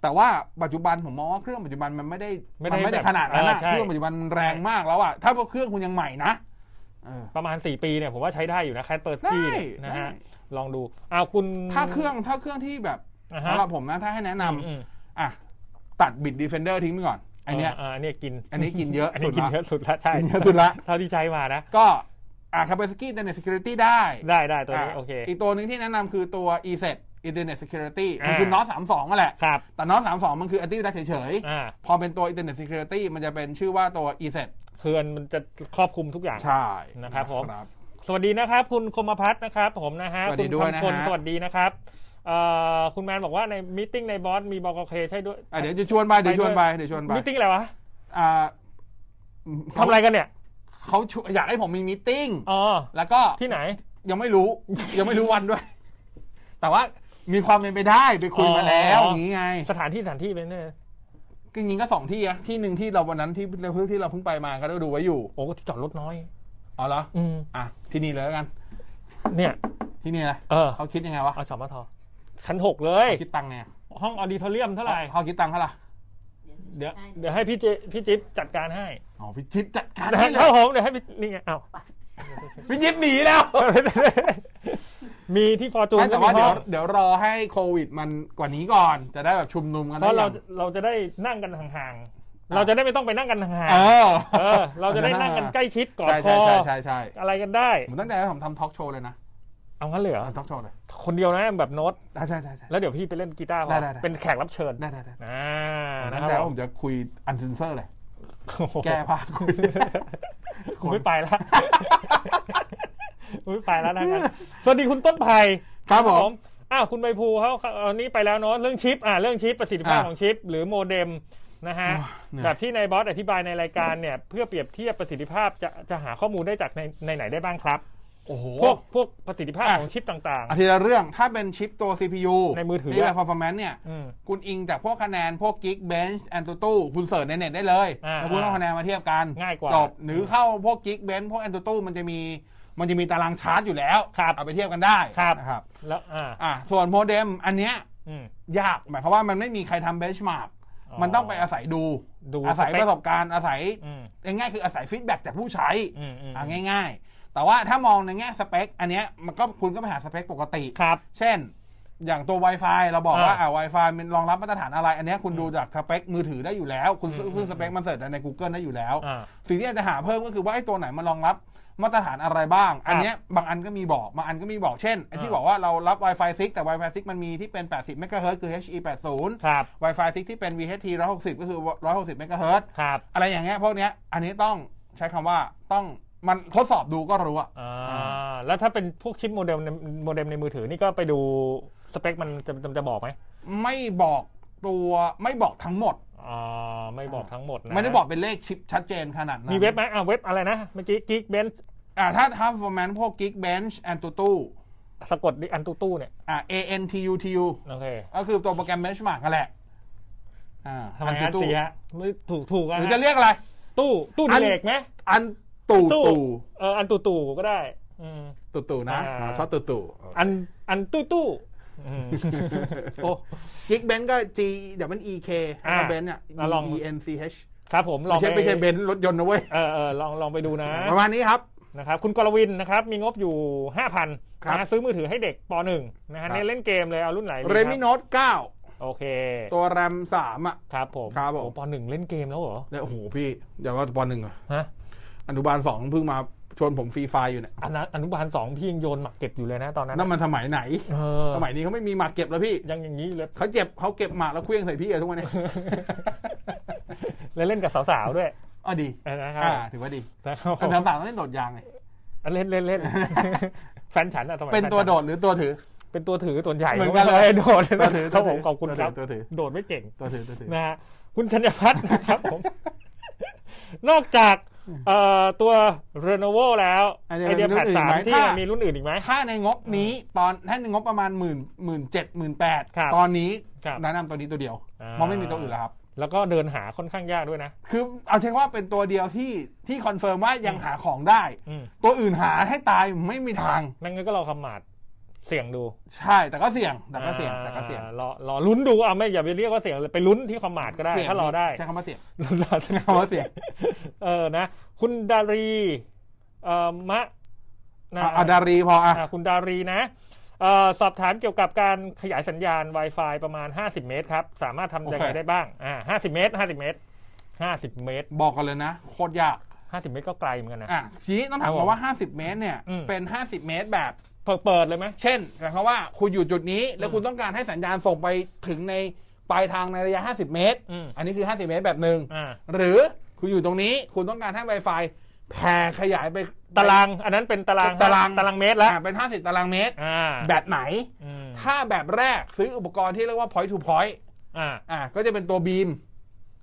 S4: แต่ว่าปัจจุบันผมมองว่าเครื่องปัจจุบันมันไม่ได้
S3: ไม่ได้
S4: มันไม่ได้
S3: แบบ
S4: ขนาดนั้นอะ
S3: อ่าใช่
S4: เครื่องปัจจุบันมันแรงมากแล้วอะถ้าพวกเครื่องคุณยังใหม่นะเออ
S3: ประมาณ 4 ปีเนี่ยผมว่าใช้ได้อยู่นะแคทเปอร์สกี้
S4: ได้
S3: นะฮะ
S4: ได้
S3: ลองดูอ้าวคุณ
S4: ถ้าเครื่องถ้าเครื่องที่แบบ
S3: อ่าฮะ
S4: สำหรับผมนะ ถ้าให้แนะนำ
S3: อืม
S4: อ่ะตัดบิดดีเฟนเดอร์ทิ้งไปก่อน อันเนี้ย
S3: าอันเนี้ยกิน
S4: อันนี้กินเยอะ
S3: อันนี้กินเยอะสุดละใช่
S4: กินเยอะสุดละ
S3: เท่าที่ใช้มานะ
S4: ก็อ่ะคาเปสกี้ Internet Security ได้
S3: ได้ได้ตัวนี้
S4: ะ
S3: โอเค
S4: อีกตัวหนึ่งที่แนะนำคือตัว ESET Internet Security มัน
S3: อ่า
S4: คือ NOS 32นั่นแหละ
S3: ครับ
S4: แต่ NOS 32 มันคือ anti virus เฉย
S3: อ่า
S4: ๆ พอเป็นตัว Internet Security มันจะเป็นชื่อว่าตัว ESET
S3: เคลื่อนมันจะครอบคลุมทุกอย่าง
S4: ใช่
S3: นะครับผม สวัสดีนะครับ คุณคมพัฒน์นะครับ ผมนะฮะ
S4: สวัส
S3: คุ
S4: ดี
S3: ณ
S4: ด้วย
S3: คำ
S4: นะ
S3: พล
S4: ฮะ
S3: สวัสดีนะครับเอ่อคุณแมนบอกว่าในมิ팅ในบอสมีบกเคใช่ด้วย
S4: อ่ะเดี๋ยวจะชวนไปเดี๋ยวชวนไปเดี๋ยวชวนไป
S3: มิ팅อะไรวะ
S4: อ่า
S3: ทำอะไรกันเนี่ย
S4: เขาชวนอยากให้ผมมีมตติ팅
S3: อ๋อ
S4: แล้วก็
S3: ที่ไหน
S4: ยังไม่รู้ ยังไม่รู้วันด้วย แต่ว่ามีความเป็นไปได้ไปคุยมาแล้ว
S3: อ๋อ
S4: อ
S3: อ
S4: ย่างนี้ไง
S3: สถานที่สถานที่เป็นเนี่ย
S4: จริงๆก็สองที่อะที่หนึ่งที่เราวันนั้นที่เราเพิ่งที่เราเพิ่งไปมาก็ได้ดูไว้อยู่
S3: โอ้ที่จอดรถน้อย
S4: เอาเหรอ
S3: อืม
S4: อ่ะที่นี่เลยแล้วกัน
S3: เนี่ย
S4: ที่นี่นะ
S3: เออ
S4: เขาคิดยังไงวะ
S3: เอาสมทชั้นหกเลย
S4: เขาคิดตังค์ไง
S3: ห้องออดิทอเรียมเท่าไหร่
S4: เขาคิดตังค์เท่าไหร่
S3: เดี๋ยวเดี๋ยวให้พี่เจพี่จิ๊บจัดการให้
S4: อ๋อพี่จิ๊บจัดการ
S3: นะ
S4: ให้
S3: ฮะค
S4: เล
S3: รับ
S4: ย
S3: ผมเดี๋ยวให้พี่นี่ไงเอา
S4: พี่จิ๊บหนีแล้ว
S3: มีที่ฟอร์จูน
S4: ไม่แต่ว่า
S3: ก็มี
S4: เดี๋ยว
S3: ห้อง
S4: เดี๋ยวรอให้โควิดมันกว่านี้ก่อน จะได้แบบชุมนุมกัน
S3: เพ
S4: ได้
S3: ราะเรา
S4: อย่าง
S3: เราจะได้นั่งกันห่างๆ เราจะได้ไม่ต้องไปนั่งกันห่าง
S4: เออ
S3: ๆเออ เราจะได้นั่งกันใกล้ชิดกอดค
S4: ใช่
S3: อ
S4: ใช่ใช่ใช่
S3: อะไรกันได้
S4: ผมตั้งใจว่าผมทำทอล์กโชว์เลยนะ
S3: เอางั้นเลยเหรอ
S4: ทำทอล์กโชว์เลย
S3: คนเดียวนะแบบโน้ต
S4: ใช่ใช่ใช่ใช่
S3: แล้วเดี๋ยวพี่ไปเล่นกีตาร์พอ
S4: ได้ได้ได้
S3: เป็นแขกรับเชิญ
S4: ได้ได้ได้
S3: อ่า
S4: ผม
S3: นะ
S4: ตั้
S3: ครับผ
S4: งใจว่าม ผมจะคุยอันเซนเซอร์เลย แกพาคุย
S3: กูไม่ไปละกูไม่ไปแล้วนะครับ สวัสดีคุณต้นไผ่
S4: ครับผม
S3: อ้าวคุณใบภูเขาเอาอันนี้ไปแล้วเนาะเรื่องชิปอ่าเรื่องชิปประสิทธิภาพ
S4: อ่ะ
S3: ของชิป หรือโมเด็มนะฮะ
S4: โอ้ยเหนื่อย
S3: แบบที่นายบอสอธิบายในรายการเนี่ย เพื่อเปรียบเทียบประสิทธิภาพจะจะหาข้อมูลได้จากในในไหนได้บ้างครับ
S4: โอ้โห
S3: พวกพวกประสิทธิภาพของชิปต่าง
S4: อาทีละเรื่องถ้าเป็นชิปตัว CPU
S3: ในมือถือ
S4: ที่เป็
S3: อะ
S4: น performance เนี่ย
S3: อืม
S4: คุณอิงจากพวกคะแนน พวก Geekbench Antutu คุณเสิร์ชในเน็ตได้เลย
S3: อ่า
S4: แล้วคุณเอาคะแนนมาเทียบกัน
S3: ง่ายกว่า
S4: จบหรือเข้าพวก Geekbench พวก Antutu มันจะมีมันจะมีตารางชาร์ตอยู่แล้ว
S3: ครับ
S4: เอาไปเทียบกันได้
S3: ครับ
S4: นะครับ
S3: ๆ แล้วอ่า
S4: อ่ะส่วนโมเด็มอันเนี้ย
S3: อืม
S4: ยากหมายความว่ามันไม่มีใครทำเบ n ช h m า r k
S3: อ๋อ
S4: มันต้องไปอาศัยดู
S3: ดู
S4: อาศัย
S3: สเปค
S4: ประสบการณ์อาศัย
S3: อืม
S4: ง่ายๆคืออาศัยฟีดแบ็กจากผู้ใช้
S3: อืมอืม
S4: อ่ะง่าย ๆ แต่ว่าถ้ามองในแง่สเปค อันเนี้ยมันก็คุณก็ไปหาสเปคปกติ
S3: ครับ
S4: เช่น อย่างตัว Wi-Fi เราบอกว่า
S3: อ่า
S4: อ่า Wi-Fi มันรองรับมาตรฐานอะไร อันเนี้ยคุณดูจากสเปคมือถือได้อยู่แล้ว คุณ
S3: อืม
S4: ซึ่งสเปคมันเสิร์ชใน Google ได้อยู่แล้ว
S3: อ่า
S4: สิ่งที่อาจจะหาเพิ่มก็คือว่าไอ้ตัวไหนมันรองรับมาตรฐานอะไรบ้าง อันเนี้ยบางอันก็มีบอกบางอันก็มีบอกเช่นไอ้ที่
S3: อ่า
S4: บอกว่าเรารับ Wi-Fi 6 แต่ Wi-Fi 6 มันมีที่เป็น 80 MHz คือ HE80
S3: ครับ
S4: Wi-Fi 6 ที่เป็น VHT 160 ก็คือ 160 MHz
S3: ครับ
S4: อะไรอย่างเงี้ยพวกเนี้ยอันนี้ต้องใช้คำว่าต้องมันทดสอบดูก็รู้อะ
S3: อ่า
S4: อ่
S3: แล้วถ้าเป็นพวกชิปโมเดลในโมเดลในมือถือนี่ก็ไปดูสเปคมันจะจะจะบอกไหม
S4: ไม่บอกตัวไม่บอกทั้งหมด
S3: อ่าไม่บอกทั้งหมดนะ
S4: ไม่ได้บอกเป็นเลขชิปชัดเจนขนาดนั้น
S3: มีเว็บไหมอ่าเว็บอะไรนะ เมื่อกี้ Geekbench
S4: อ่าถ้าถ้า performance พวก Geekbench Antutu
S3: สะกดดิอันตู้ตู้เนี่ย
S4: อ่า A N T U T U
S3: โอเค
S4: ก็คือตัวโปรแกรม benchmark กันแหละอ่า
S3: ทำไมอัน
S4: Antutu
S3: ตีฮะไม่ถูกถูก
S4: ห
S3: อ่ะ
S4: รือ
S3: ฮะ
S4: จะเรียกอะไร
S3: ตู้ตู้
S4: อั
S3: ดิ
S4: น
S3: เลกไหม
S4: อันตู
S3: ตู้
S4: ตู
S3: เอออันตู้ตู้ก็ได้อืม
S4: ตูตูนะ
S3: อ่า
S4: อ่าชอบตูตู
S3: อันอันตู้ตู้อืม โอ้
S4: Geekbench ก็ G W E K
S3: อ่า
S4: เบนเนี่ย
S3: อ่ะลอง
S4: B E N C H
S3: ครับผมลอง
S4: ไม่ใช่ไม่ใช่เบนซ์รถยนต์นะเว้ย
S3: เออเออลองลองไปดูนะ
S4: ประมาณนี้ครับ
S3: นะครับคุณกรวินนะครับ มีงบอยู่ 5,000
S4: ครับ
S3: นะฮะซื้อมือถือให้เด็กป .1 นะ
S4: ครั
S3: ฮะ
S4: บ
S3: เนี่ยเล่นเกมเลยเอารุ่นไหนดีคบ
S4: เรมิโน t 9
S3: โอเค
S4: ตัวแรม3อ่ะ
S3: ครับผม
S4: ครับผม
S3: โอ้ป .1 เล่นเกมแล้วเหรอ
S4: เนี่ยโอ้โหพี่อย่าว่าแต่ปหนึ่งอะ
S3: ฮะ
S4: อนุบาลสองเพิ่งมาชวนผมฟรีไฟล์อยู่เนี่ย
S3: อันนั้นอนุบาลสองพี่ยังโยนหมากเก็บอยู่เลยนะตอนนั้น
S4: นั่นมันสมัยไหน
S3: เออ
S4: สมัยนี้เขาไม่มีหมากเก็บแล้วพี่
S3: ยังอย่างนี้อยู่เลย
S4: เขาเจ็บเขาเก็บหมากแล้วเคลี้ยงใส่พี่อะทุก วันเนี้
S3: แล้วเล่นกับสาวๆด้วย
S4: อ๋อดี
S3: นะครับ
S4: อ่าถือว่าดี
S3: นะครับ
S4: แต่สาวๆต้องเล่นโดดยางไง
S3: อันเล่นเล่นเล่น แฟนฉันอะสมัย
S4: เป็นตัวโด
S3: แฟ
S4: ดหรือตัวถือ
S3: ฉันเป็นตัวถือส่วนใหญ่
S4: เหมือนกันเลย
S3: ไได้โดด
S4: ตัวถือ
S3: ครับผ
S4: ตัว
S3: ม
S4: ถือ
S3: ขอบคุณครับ
S4: ตัวถือ
S3: โดดไม่เก่ง
S4: ตัวถือตัวถือ
S3: นะฮะคุณธัญพัฒน์นะครับผม นอกจากเอ่อตัว Lenovo แล้ว
S4: อันนี้
S3: ไอเดียแพด
S4: มีรุ่น
S3: สาม
S4: อื่นไหม
S3: ที่
S4: ถ้า
S3: มันมีรุ่นอื่นอีกไหม
S4: ถ้าในงบนี้ตอนถ้าในงบประมาณหมื่นหมื่นเจ็ดหมื่นแปด
S3: ครับ
S4: ตอนนี้
S3: ครับ
S4: แนะนำตัวนี้ตัวเดียว
S3: อ่า
S4: เพราะไม่มีตัวอื่นแล้วครับ
S3: แล้วก็เดินหาค่อนข้างยากด้วยนะ
S4: คือเอาเช่นว่าเป็นตัวเดียวที่ที่คอนเฟิร์มว่ายังหาของได้
S3: อืม
S4: ตัวอื่นหาให้ตายไม่มีทาง
S3: นั่นก็เราคำหมาดเสี่ยงดู
S4: ใช่แต่ก็เสี่ยงแต่ก็เสี่ยงแต่ก็เสี่ยง
S3: อ่ารอรอลุ้นดูเอาไม่อย่าไปเรียกว่าเสี่ยงเลยไปลุ้นที่คำหมาดก็ได้
S4: เสี่ยง
S3: ถ้ารอได้
S4: ใช้ คำว่าเสี่ยง
S3: ลุ้นรอ
S4: ใช้คำว่าเสี่ยง
S3: เออนะ คุณดารีเอ่อมะนะ
S4: อ่ะอ่ะดารีพออ่ะ
S3: อ่ะคุณดารีนะเอ่อสอบถามเกี่ยวกับการขยายสัญญาณ Wi-Fi ประมาณ 50 เมตรครับ สามารถทำยังไงได้บ้างอ่า50 เมตร 50 เมตร 50 เมตร
S4: บอกกันเลยนะ โคตรยาก
S3: 50 เมตรก็ไกลเหมือนกันนะ
S4: อ่ะทีนี้ต้องถาม
S3: ครั
S4: ก่อบ นว่า 50 เมตรเนี่ย
S3: อืม
S4: เป็น 50 เมตรแบบ
S3: เปิดเปิดเลยไหม
S4: เช่นหมายความว่าคุณอยู่จุดนี้ แล้ว
S3: อืม
S4: คุณต้องการให้สัญญาณส่งไปถึงในปลายทางในระยะ 50 เมตร
S3: อืม
S4: อันนี้คือ 50 เมตรแบบหนึ่ง
S3: อ่า
S4: หรือคุณอยู่ตรงนี้คุณต้องการให้ Wi-Fi แผ่ขยายไป
S3: ตารางอันนั้นเป็นตาราง
S4: ตาราง
S3: ตารางเมตรแล้ว
S4: อ่ะเป็น 50 ตารางเมตร
S3: อ่า
S4: แบบไหน
S3: อืม
S4: ถ้าแบบแรกซื้ออุปกรณ์ที่เรียกว่า point to point
S3: อ่า
S4: อ่ะก็จะเป็นตัวบีม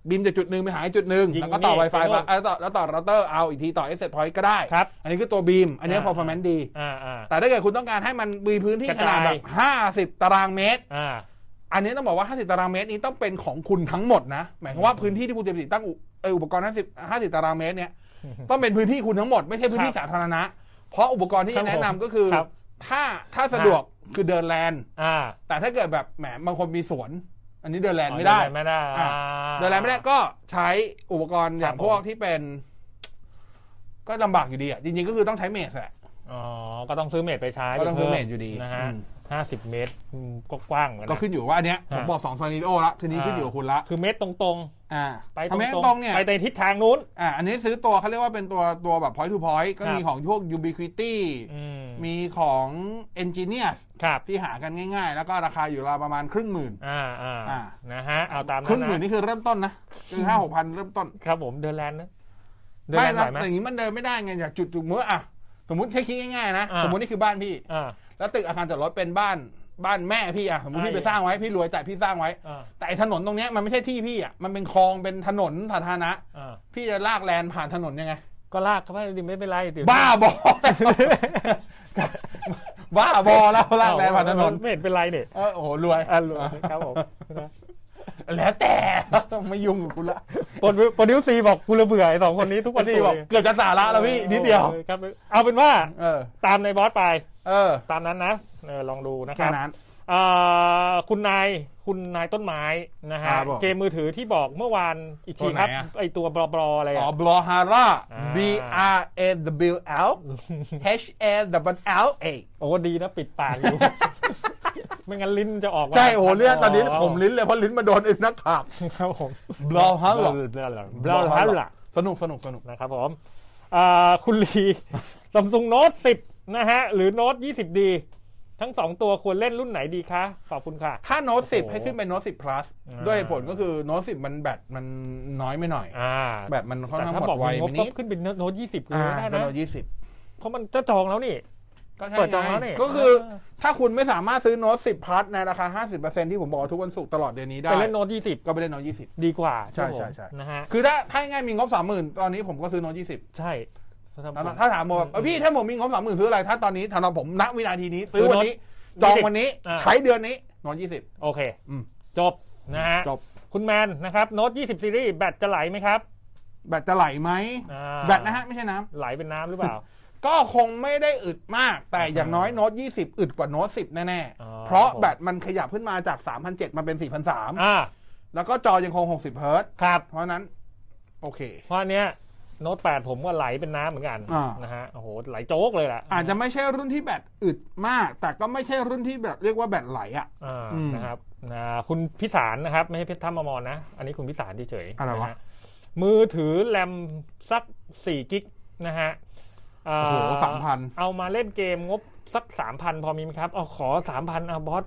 S4: บีมจากจุดหนึ่งไปหาอีกจุดหนึ่ง
S3: ยิง
S4: แล้วก็ต่อ
S3: นี่
S4: Wi-Fi
S3: ไปโน่
S4: มาน แล้วต่อแล้วต่อเราเตอร์เอาอีกทีต่อ Asset Point ก็ได้
S3: ครับ
S4: อันนี้คือตัวบีม อันนี้ performance ดี
S3: อ่าอ่า
S4: แต่ถ้าเกิดคุณต้องการให้มันมีพื้นที่
S3: กระ
S4: ข
S3: จาย
S4: นาดแบบ 50 ตารางเมตร
S3: อ่า
S4: อันนี้ต้องบอกว่า 50 ตารางเมตรนี้ต้องเป็นของคุณทั้งหมดนะ หมายความว่าพื้นที่ที่คุณจะติดตั้งอุเอ่ออุปกรณ์ 50 50 ตารางเมตรเนี่ย ต้องเป็นพื้นที่คุณทั้งหมดไม่ใช่พื้นที่
S3: ครับ
S4: สาธารณะ เพราะอุปกรณ์ที่
S3: ครับ
S4: จะแนะนำ
S3: ผม
S4: ก็คือ
S3: ครับ
S4: ถ้าถ้าสะดวกคือเดินแลน
S3: อ่า
S4: แต่ถ้าเกิดแบบแหมบางคนมีสวน อันนี้เดินแลนไม่ได้
S3: เดินไม่ได้
S4: อ่า เดินแลนไม่ได้ก็ใช้อุปกรณ์อย่างพวกที่เป็น ก็ลำบากอยู่ดีอ่ะจริงๆก็คือต้องใช้เมสแหละ
S3: อ๋อก็ต้องซื้อเมตรไปใช้
S4: ก็ต้องซื้อเมตรอยู่ดี
S3: นะฮะ
S4: อืม
S3: ห้าสิบเมตรอืมก็กว้างเหมือนกั
S4: ก็
S3: นนะ
S4: ขึ้นอยู่ว่าอันเนี้ยผม
S3: ฮะ
S4: บอกสองซานิโอละคืนนี้
S3: อ่า
S4: ขึ้นอยู่กับคุณละ
S3: คือเมตรตรง
S4: อ่า
S3: ๆ ไป
S4: ทำไม
S3: ๆ
S4: ตรงเนี่ย
S3: ไปในทิศทางนู้น
S4: อ่าอันนี้ซื้อตัวเขาเรียกว่าเป็นตัวตัวแบบ point to point ก็
S3: ครับ
S4: มีของพวก ubiquity
S3: อืม
S4: มีของ e n g i n e e r
S3: ครับ
S4: ที่หากันง่ายๆ แล้วก็ราคาอยู่ราวประมาณครึ่งหมื่น
S3: อ่าอ่า
S4: อ่า
S3: นะฮะเอาตาม
S4: ครึ่งหมื่
S3: นั้น นนะ
S4: นี่คือเริ่มต้นนะคือห้าหกพันเริ่มต้น
S3: ครับผมเดินแลนด์นะเดิน
S4: ไม่
S3: แลนด์
S4: ละ
S3: ไหวไหม
S4: แต่อย่างนี้มันเดินไม่ได้ไงจากจุดจุดมืออ่ะสมมติแค่คิดง่ายๆนะ
S3: อ่า
S4: สมมตินี่คือบ้านพี่
S3: อ่า
S4: แล้วตึกอาคารจอดรถเป็นบ้านบ้านแม่พี่อ่ะสมมติ
S3: ใช่
S4: พี่ไปสร้างไว้พี่รวยจ่ายพี่สร้างไว้
S3: อ่า
S4: แต่ไอ้ถนนตรงเนี้ยมันไม่ใช่ที่พี่อ่ะมันเป็นคลองเป็นถนนสาธารณะ
S3: อ่า
S4: พี่จะลากแลนผ่านถนนยังไง
S3: ก็ลากเข้าไปดิไม่เป็นไรเดี๋ยว
S4: บ้าบอ บ้าบอแล้วลากแลนผ่านถนน
S3: ไม่เห็นเป็นไรเนี่ย
S4: เออโอ้โหรวย
S3: อ่ะรู้ครับผมนะ
S4: แล้วแต่ต้องไม่ยุ่งกับคุณละ
S3: โปรดิวโปรดิวซีบอกกูระเบื่อไอ้สองคนนี้ทุก
S4: วั
S3: วัน น
S4: นี้บอกเกือบจะสาระแล้วพี่นิดเดียว
S3: ออครับเอาเป็นว่า
S4: เออ
S3: ตามในบอสไป
S4: เออ
S3: ตามนั้นนะเออลองดูนะค
S4: แค่
S3: รับ
S4: นั้น
S3: เอ่อคุณนายคุณนายต้นไม้นะฮะ
S4: ครับผม
S3: เกมมือถือที่บอกเมื่อวานอีกที
S4: ตัว
S3: คน
S4: ไห
S3: รับ
S4: อะ
S3: ไอตัวบลอบลออะไร
S4: อ๋อ
S3: อะ
S4: บลอฮาร่า
S3: อ่า
S4: B R A W L H A W L A
S3: โอ้ดีนะปิดปาก อยู่ ไม่งั้นลิ้นจะออกมา
S4: ใช่ โอ้โหเรื่องตอนนี้ผมลิ้นเลยเพราะลิ้นมาโดนไอ้นักข่าว
S3: ครับผมบ
S4: Brawlhalla
S3: ลอฮาร่าบลอฮาร่า
S4: สนุกสนุกสนุก
S3: นะครับผมเอ่อคุณลีซัมซุงโน้ต10 นะฮะ หรือโน้ต20 d ทั้งสองตัวควรเล่นรุ่นไหนดีคะ ขอบคุณค่ะ
S4: ถ้าโน้ต
S3: โอ้
S4: สิบ
S3: โห
S4: ให้ขึ้นเป็นโน้ตสิบ plus
S3: อ่า
S4: ด้วยเหตุผลก็คือโน้ตสิบมันแบตมันน้อยไม่หน่อย
S3: อ่า
S4: แบตมันค่อน
S3: แต่
S4: ข้าง
S3: ถ้า
S4: หม
S3: บอก
S4: ดไว
S3: มีง
S4: ไป
S3: บ
S4: นิ
S3: ก็
S4: ด
S3: ขึ้นเป็นโน้ต20ก็
S4: อ่า
S3: ได้
S4: ก็
S3: นะ
S4: โน้ตยี่สิบ
S3: เพราะมันจะจองแล้วนี่
S4: ก็ใช่
S3: เปิดจองแล้วนี่
S4: ก็คือถ้าคุณไม่สามารถซื้อโน้ตสิบ plus ในราคาห้าสิบเปอร์เซ็นที่ผมบอกว่าทุกวันศุกร์ตลอดเดือนนี้ได้
S3: ไปเล่นโน้ต20
S4: ก็ไปเล่นโน้ตยี่สิบ
S3: ดีกว่า
S4: ใช่
S3: ครับผม
S4: ใช่ใช่
S3: นะฮะ
S4: คือถ้าถ้าง่ายๆมีงบสามหมื่นตอนนี้ผมก็ซื้อโน้ตยี่สิบ
S3: ใช่
S4: ถ้าถามผมแบบเอ้ยพี่ถ้าผมมีงบสามหมื่นซื้ออะไร ถ้าตอนนี้ถามผมณวินาทีนี้ซื้อวันนี้ จองวันนี้ใช้เดือนนี้โน้ตยี่สิบ
S3: โอเค
S4: อืม
S3: จบนะฮะ
S4: จบ
S3: คุณแมนนะครับโน้ต20 ซีรีส์แบตจะไหลไหมครับ
S4: แบตจะไหลไหม
S3: อ่า
S4: แบตนะฮะไม่ใช่น้ำ
S3: ไหลเป็นน้ำหรือเปล่า
S4: ก็คงไม่ได้อึดมาก แต่อย่างน้อยโน้ต20 อึดกว่าโน้ต10 แน่
S3: อ๋อ
S4: ๆ เพราะแบตมันขยับขึ้นมาจาก 3,007มาเป็น 4,003
S3: อ่า
S4: แล้วก็จอยังคง 60 เฮิร์ตซ์
S3: ครับ
S4: เพราะฉะนั้น โอเค
S3: เพราะอันเนี้ยโน้ต8ผมก็ไหลเป็นน้ำเหมือนกัน
S4: อ่าน
S3: นะฮะโอ้โหไหลโจ๊กเลยล่ะ
S4: อาจจะไม่ใช่รุ่นที่แบตอึดมาก แต่ก็ไม่ใช่รุ่นที่แบบเรียกว่าแบตไหลอ่ะ
S3: อ่า
S4: อืม
S3: นะครับอ่าคุณพิสารนะครับ ไม่ใช่เพชรธรรมอมรนะ อันนี้คุณพิสารเฉยๆ
S4: อะไร
S3: น
S4: วะ
S3: ฮมือถือแรมสัก4กิกนะฮะอ่า
S4: โอ้โหสามพัน
S3: เอามาเล่นเกมงบสักสามพันพอมีไหมครับเอาขอสามพันเอาบอส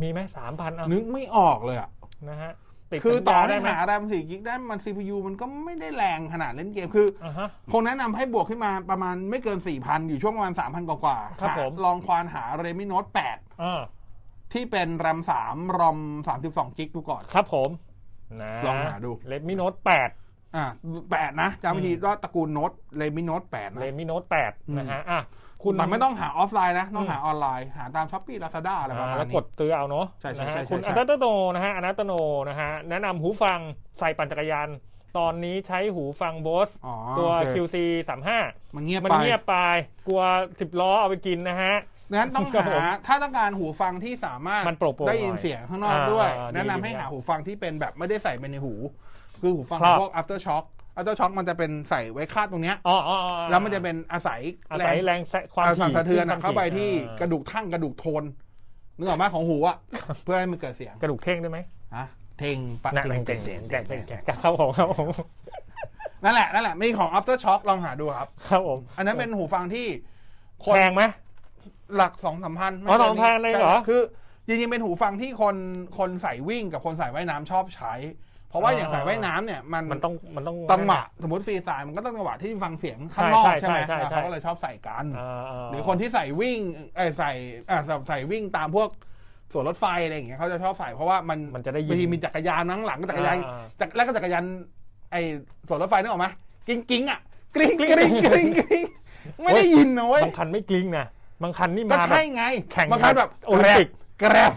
S3: มีไหมสามพันเอา
S4: นึกไม่ออกเลยอ่ะ
S3: นะฮะติด
S4: คือต่อ
S3: สัญญา
S4: ให้
S3: ได้ไหม
S4: หาแรม4กิกได้มัน CPU มันก็ไม่ได้แรงขนาดเล่นเกม คือ
S3: อ่าฮะ
S4: คงแนะนำให้บวกขึ้นมาประมาณไม่เกิน 4,000 อยู่ช่วงประมาณ 3,000 กว่าๆ
S3: ครับ
S4: หา
S3: ผม
S4: ลองควานหาเรมิโนต8
S3: อ่า
S4: ที่เป็นแรมสามรอมสามสิบสองกิกดูก่อน
S3: ครับผมนะ
S4: ลองหาดู
S3: เลมิโนตแปด
S4: อ่าแปดนะจำวิธี
S3: อืม
S4: ว่าตระกูลโน้ตเลมิโน้ตแปดนะ
S3: เลมิโนตแปด
S4: อืม
S3: นะฮะอ่ะคุณ
S4: แต่ไม่ต้องหาออฟไลน์นะ ต้องหาออนไลน์ หาตามช้อปปี้ลาซาด้าอะไรประ
S3: อ่า
S4: มาณ
S3: แล้วก
S4: นี้
S3: ดซื้อเอาเนาะ
S4: ใช่ใช่
S3: นะ
S4: ใช่
S3: ฮะ
S4: ใช่
S3: คุณ
S4: ใช่
S3: อนัตโนนะฮะอนัตโนนะฮะแนะนำหูฟังใส่ปั่นจักรยาน ตอนนี้ใช้หูฟัง Bose
S4: อ๋อ
S3: ตัว
S4: โอเค
S3: QC 35
S4: มันเงียบ
S3: มัน
S4: ไป
S3: เงียบไปกลัวสิบล้อเอาไปกินนะฮะ
S4: งั้นต้อง
S3: ครับผม
S4: หาถ้าต้องการหูฟังที่สามารถ
S3: มันโปร่งๆ
S4: ได้ยิน
S3: หน่อย
S4: เสียงข้างนอก
S3: อ่า
S4: ด้วย
S3: อ่าดี
S4: แนะนำให้
S3: ดี
S4: หาหูฟังที่เป็นแบบไม่ได้ใส่ไปในหู คือหูฟัง
S3: ครับ
S4: พวก after shock after shock มันจะเป็นใส่ไว้คาดตรงเนี้ย
S3: อ๋ออ๋ออ๋อ
S4: แล้วมันจะเป็นอาศัย
S3: อาศัยแรงแสะความ
S4: อ่าสั่นสะเทือน
S3: ค
S4: อะ
S3: วม
S4: เข้าไปที่
S3: อ่า
S4: กระดูกทั้งกระดูกโทนนึกออกไหมของหูอะเพื่อให้มันเกิดเสียง
S3: กระดูกเท่งได้ไหม
S4: ฮะเทงปะ
S3: นะ
S4: เทง
S3: เต่
S4: เทง
S3: ง
S4: เท
S3: แต่ง
S4: ง
S3: แต่ง
S4: เทง
S3: ครับผมครับผม
S4: นั่นแหละ นั่นแหละ มีของ after shock ลองหาดูครับ
S3: ครับผม
S4: อันนั้นเป็นหูฟังที่ค
S3: แพ
S4: น
S3: งไหม
S4: หลักสองสามพัน
S3: อ๋อ2,000เลยเหรอ
S4: คือจริงๆเป็นหูฟังที่คนคนใส่วิ่งกับคนใส่ว่ายน้ำชอบใช้ เพราะว่า
S3: อ่า
S4: อย่างใส่ว่ายน้ำเนี่ย มัน
S3: มันต้องมันต้อง
S4: จังหวะสมมติฟรีสไตล์มันก็ต้องจังหวะที่ฟังเสียงข้างนอก
S3: ใช่ใช่
S4: ใช่ไหม
S3: ใช่ใช่
S4: อ่าเขาก็เลยชอบใส่กัน
S3: อ่าๆ
S4: หรือคนที่ใส่วิ่งเอ้ยใส่อ่าใส่ใส่วิ่งตามพวกสวนรถไฟอะไรอย่างเงี้ยเขาจะชอบใส่เพราะว่ามัน
S3: มันจะได้ยิ
S4: บางที
S3: น
S4: มีจักรยานนั่งหลังก็จักรยาน
S3: อ่า
S4: จักรแล้วก็จักรยานไอ้สวนรถไฟนึกออกไหมกิ้งกิ้งอ่ะกริ้ง
S3: ก
S4: ก
S3: ริ๊
S4: ริ้
S3: ง
S4: งกริ้งกริ้งไม่
S3: โอ้ย
S4: ได้ยินนะเว้ย
S3: บางคันไม่กลิ้งนะบางคันนี่
S4: ก็
S3: มาแบ
S4: ใช่
S3: บ
S4: ไง
S3: แข่ง
S4: บางครั้งแบบ
S3: โอลิมปิก
S4: แกรม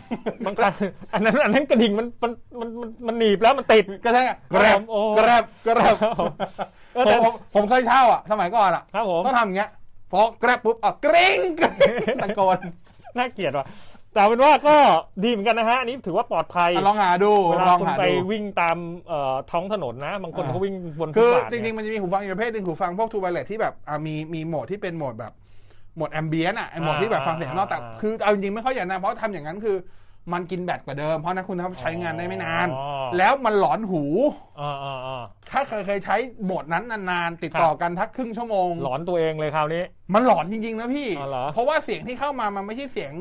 S3: บางคัน อันนั้นอันนั้นกระดิ่งมันมันมันมันมันหนีบแล้วมันติด
S4: ก็ใช่ไงแกรม
S3: โอ้
S4: แกรมแกรม
S3: ครับผมเออ
S4: ผ
S3: แต่
S4: มผมผมเคยเช่าอ่ะสมัยก่อนอ่ะ
S3: ครับผม
S4: ต้องทำอย่างเงี้ยพอแกรบปุ๊บอ่ะกริ้งกริ๊งตะโกน
S3: น่าเกลียดว่ะแต่เอาเป็นว่าก็ดีเหมือนกันนะฮะอันนี้ถือว่าปลอดภัย
S4: อ่ะลองหาดู
S3: เวลา
S4: ลอง
S3: คุณ
S4: หา
S3: ไป
S4: ดู
S3: วิ่งตามเอ่อท้องถนนนะ บางคน
S4: อ่า
S3: เขาวิ่งบนฟุ
S4: คือบ
S3: ตาท
S4: จริงๆ มันจะมีหูฟังอีกประเภทหนึ่งหูฟังพวกทูไวเลสที่แบบอ่ะมีมีโหมดที่เป็นโหมดแบบโหมดแอมเบียนอะไอโหมดที่แบบฟังเสียงข้างนอกแต่คือเอาจริงๆไม่ค่อยอย่างนั้นเพราะทำอย่างนั้นคือ มันกินแบตกว่าเดิม เพราะนั้นคุณครับใช้งานได้ไม่นาน
S3: อ๋อ
S4: แล้วมันหลอนหู
S3: อ่าอ่าอ่า
S4: ถ้าเคยเคยใช้โหมดนั้นนานๆ ติดต่อ
S3: ครับ
S4: กันทักครึ่งชั่วโมง
S3: หลอนตัวเองเลยคราวนี้
S4: มันหลอนจริงๆนะพี่
S3: อ๋อเหรอ
S4: เพราะว่าเสียงที่เข้ามามันไม่ใช่เสียง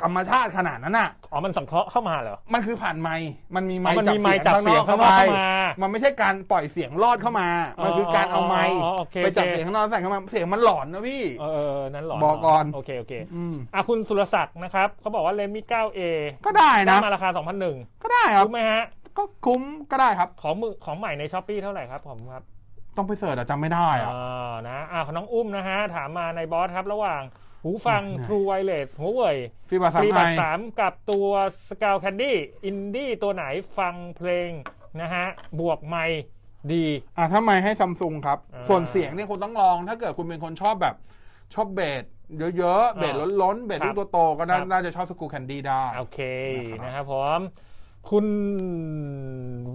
S4: ธรรมชาติขนาดนั้นอ่ะ
S3: อ๋อมันสังเคราะห์เข้ามาเหรอ
S4: มันคือผ่านไมค์มันมีไม
S3: อ๋อ
S4: ค์
S3: มันมี
S4: จับ
S3: ไมค์จับเสี
S4: เสีย
S3: ย
S4: ง
S3: ง
S4: ข้างน
S3: เข้า
S4: อก
S3: มา
S4: เข้าไป มันไม่ใช่การปล่อยเสียงลอดเข้ามา
S3: อ๋อ
S4: มันคือการเอาไมค์
S3: อ๋อโอเค
S4: ไปจับ
S3: โอเค
S4: เสียงข้างนอกใส่เข้ามา เสียงมันหลอนนะพี่
S3: เออเออเออนั้นหลอน
S4: บอกก่อน
S3: โอเคโอเค
S4: ม
S3: อ่ะคุณสุรศักดิ์นะครับเขาบอกว่าเลมิ 9A
S4: ก็ได้นะ
S3: ได้มาราคา 2,001
S4: ก็ได้ครับ
S3: รู้ไหมฮะ
S4: ก็คุ้มก็ได้ครับ
S3: ของมือของใหม่ในช้อปปีเท่าไหร่ครับผมครับ
S4: ต้องไปเสิร์ชอะจำไม่ได้อะ
S3: อ่านะอ่าของน้องอุ้มนะฮะ ถามมาในบอสครับระหว่างหูฟัง
S4: ไหน
S3: True Wireless หัวเว่ย
S4: ฟีบาสา
S3: ฟ
S4: ม
S3: รี
S4: ไอ
S3: บัตรสามกับตัวสกาวแคนดี้อินดี้ตัวไหนฟังเพลงนะฮะ บวกไมค์ดี
S4: อ่ะถ้าไมค์ให้ซัมซุงครับ
S3: อ่า
S4: ส่วนเสียงเนี่ยคุณต้องลอง ถ้าเกิดคุณเป็นคนชอบแบบชอบเบสเยอะๆ เบสล้นๆ เบสลูกตัวโตก็น่า
S3: ครับ
S4: น่าจะชอบสกูแคนดี้ได้
S3: โอเค
S4: นะครับ
S3: นะครับผมคุณ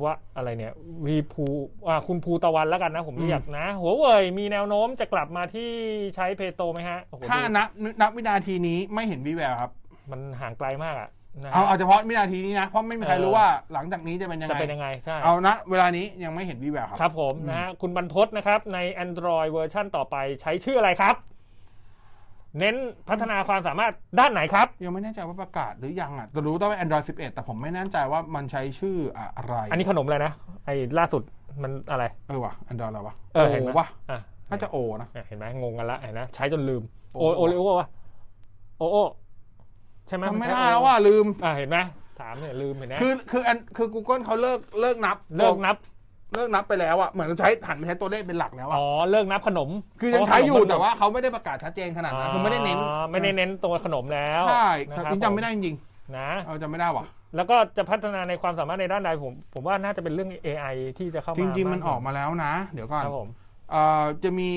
S3: วะอะไรเนี่ยวีภูอ่าคุณภูตะวันแล้วกันนะผมเรียกนะ หัวเว่ยมีแนวโน้มจะกลับมาที่ใช้เพโตไหมฮะโอ้โห
S4: ถ้า
S3: ดู
S4: นับนับวินาทีนี้ไม่เห็นวีแววครับ
S3: มันห่างไกลมากอะนะฮะ
S4: เอาเอาเฉพาะวินาทีนี้นะ เพราะไม่มีใคร
S3: เออ
S4: รู้ว่าหลังจากนี้จะเป็นยัง
S3: จะ
S4: ไง
S3: เป็นยังไงใช่
S4: เอานะเวลานี้ยังไม่เห็นวีแวว
S3: ค
S4: ค
S3: รั
S4: รับ
S3: บผมนะฮะคุณบรรพศนะครับใน Android เวอร์ชั่นต่อไปใช้ชื่ออะไรครับ เน้นพัฒนาความสามารถด้านไหนครับ
S4: ยังไม่แน่ใจว่าประกาศหรือยังอ่ะแต่รู้ต้องเป็น Android 11 แต่ผมไม่แน่ใจว่ามันใช้ชื่ออะไร
S3: อันนี้ขนมอะไรนะ ไอ้ล่าสุดมันอะไร
S4: เออว่ะ Android อะไรวะ
S3: เออเห็นไหม
S4: โวะ
S3: อ่ะ
S4: น่าจะโอนะ
S3: อ่ะเห็นไหมงงกันละเห็นนะใช้จนลืม
S4: โอ้
S3: โอโอเลโอวะโอโอใช่ไหม
S4: จำไม่
S3: นใช้
S4: ได้
S3: โอ
S4: แล้วว่าลืม
S3: อ่ะเห็นไหมถามเนี่ยลืมเห็นไหม
S4: คือคืออันคือ Google เขาเลิกเลิกนับ
S3: เลิกนับ
S4: เลิกนับไปแล้วอ่ะเหมือนใช้หันไปใช้ตัวเลขเป็นหลักแล้วอ่ะ
S3: อ๋อเลิกนับขนม
S4: คือยังใช้อยู่
S3: เพระขนมมัน
S4: แต่ว่าเขาไม่ได้ประกาศชัดเจนขนาดนั้นคือไม่ได้เน้น
S3: อ๋อไม่ได้เน้นตัวขนมแล้ว
S4: ใช่
S3: นะ
S4: แต่
S3: ครับ
S4: จำไม่ได้จริง
S3: นะ
S4: ๆเอาจำไม่ได้ว่ะ
S3: แล้วก็จะพัฒนาในความสามารถในด้านใดผมผมว่าน่าจะเป็นเรื่อง AI ที่จะเข้ามา
S4: จริง ๆ
S3: า
S4: มันออกมาแล้วนะ เดี๋ยวก่อน
S3: ครับผม
S4: เอ่อจะมี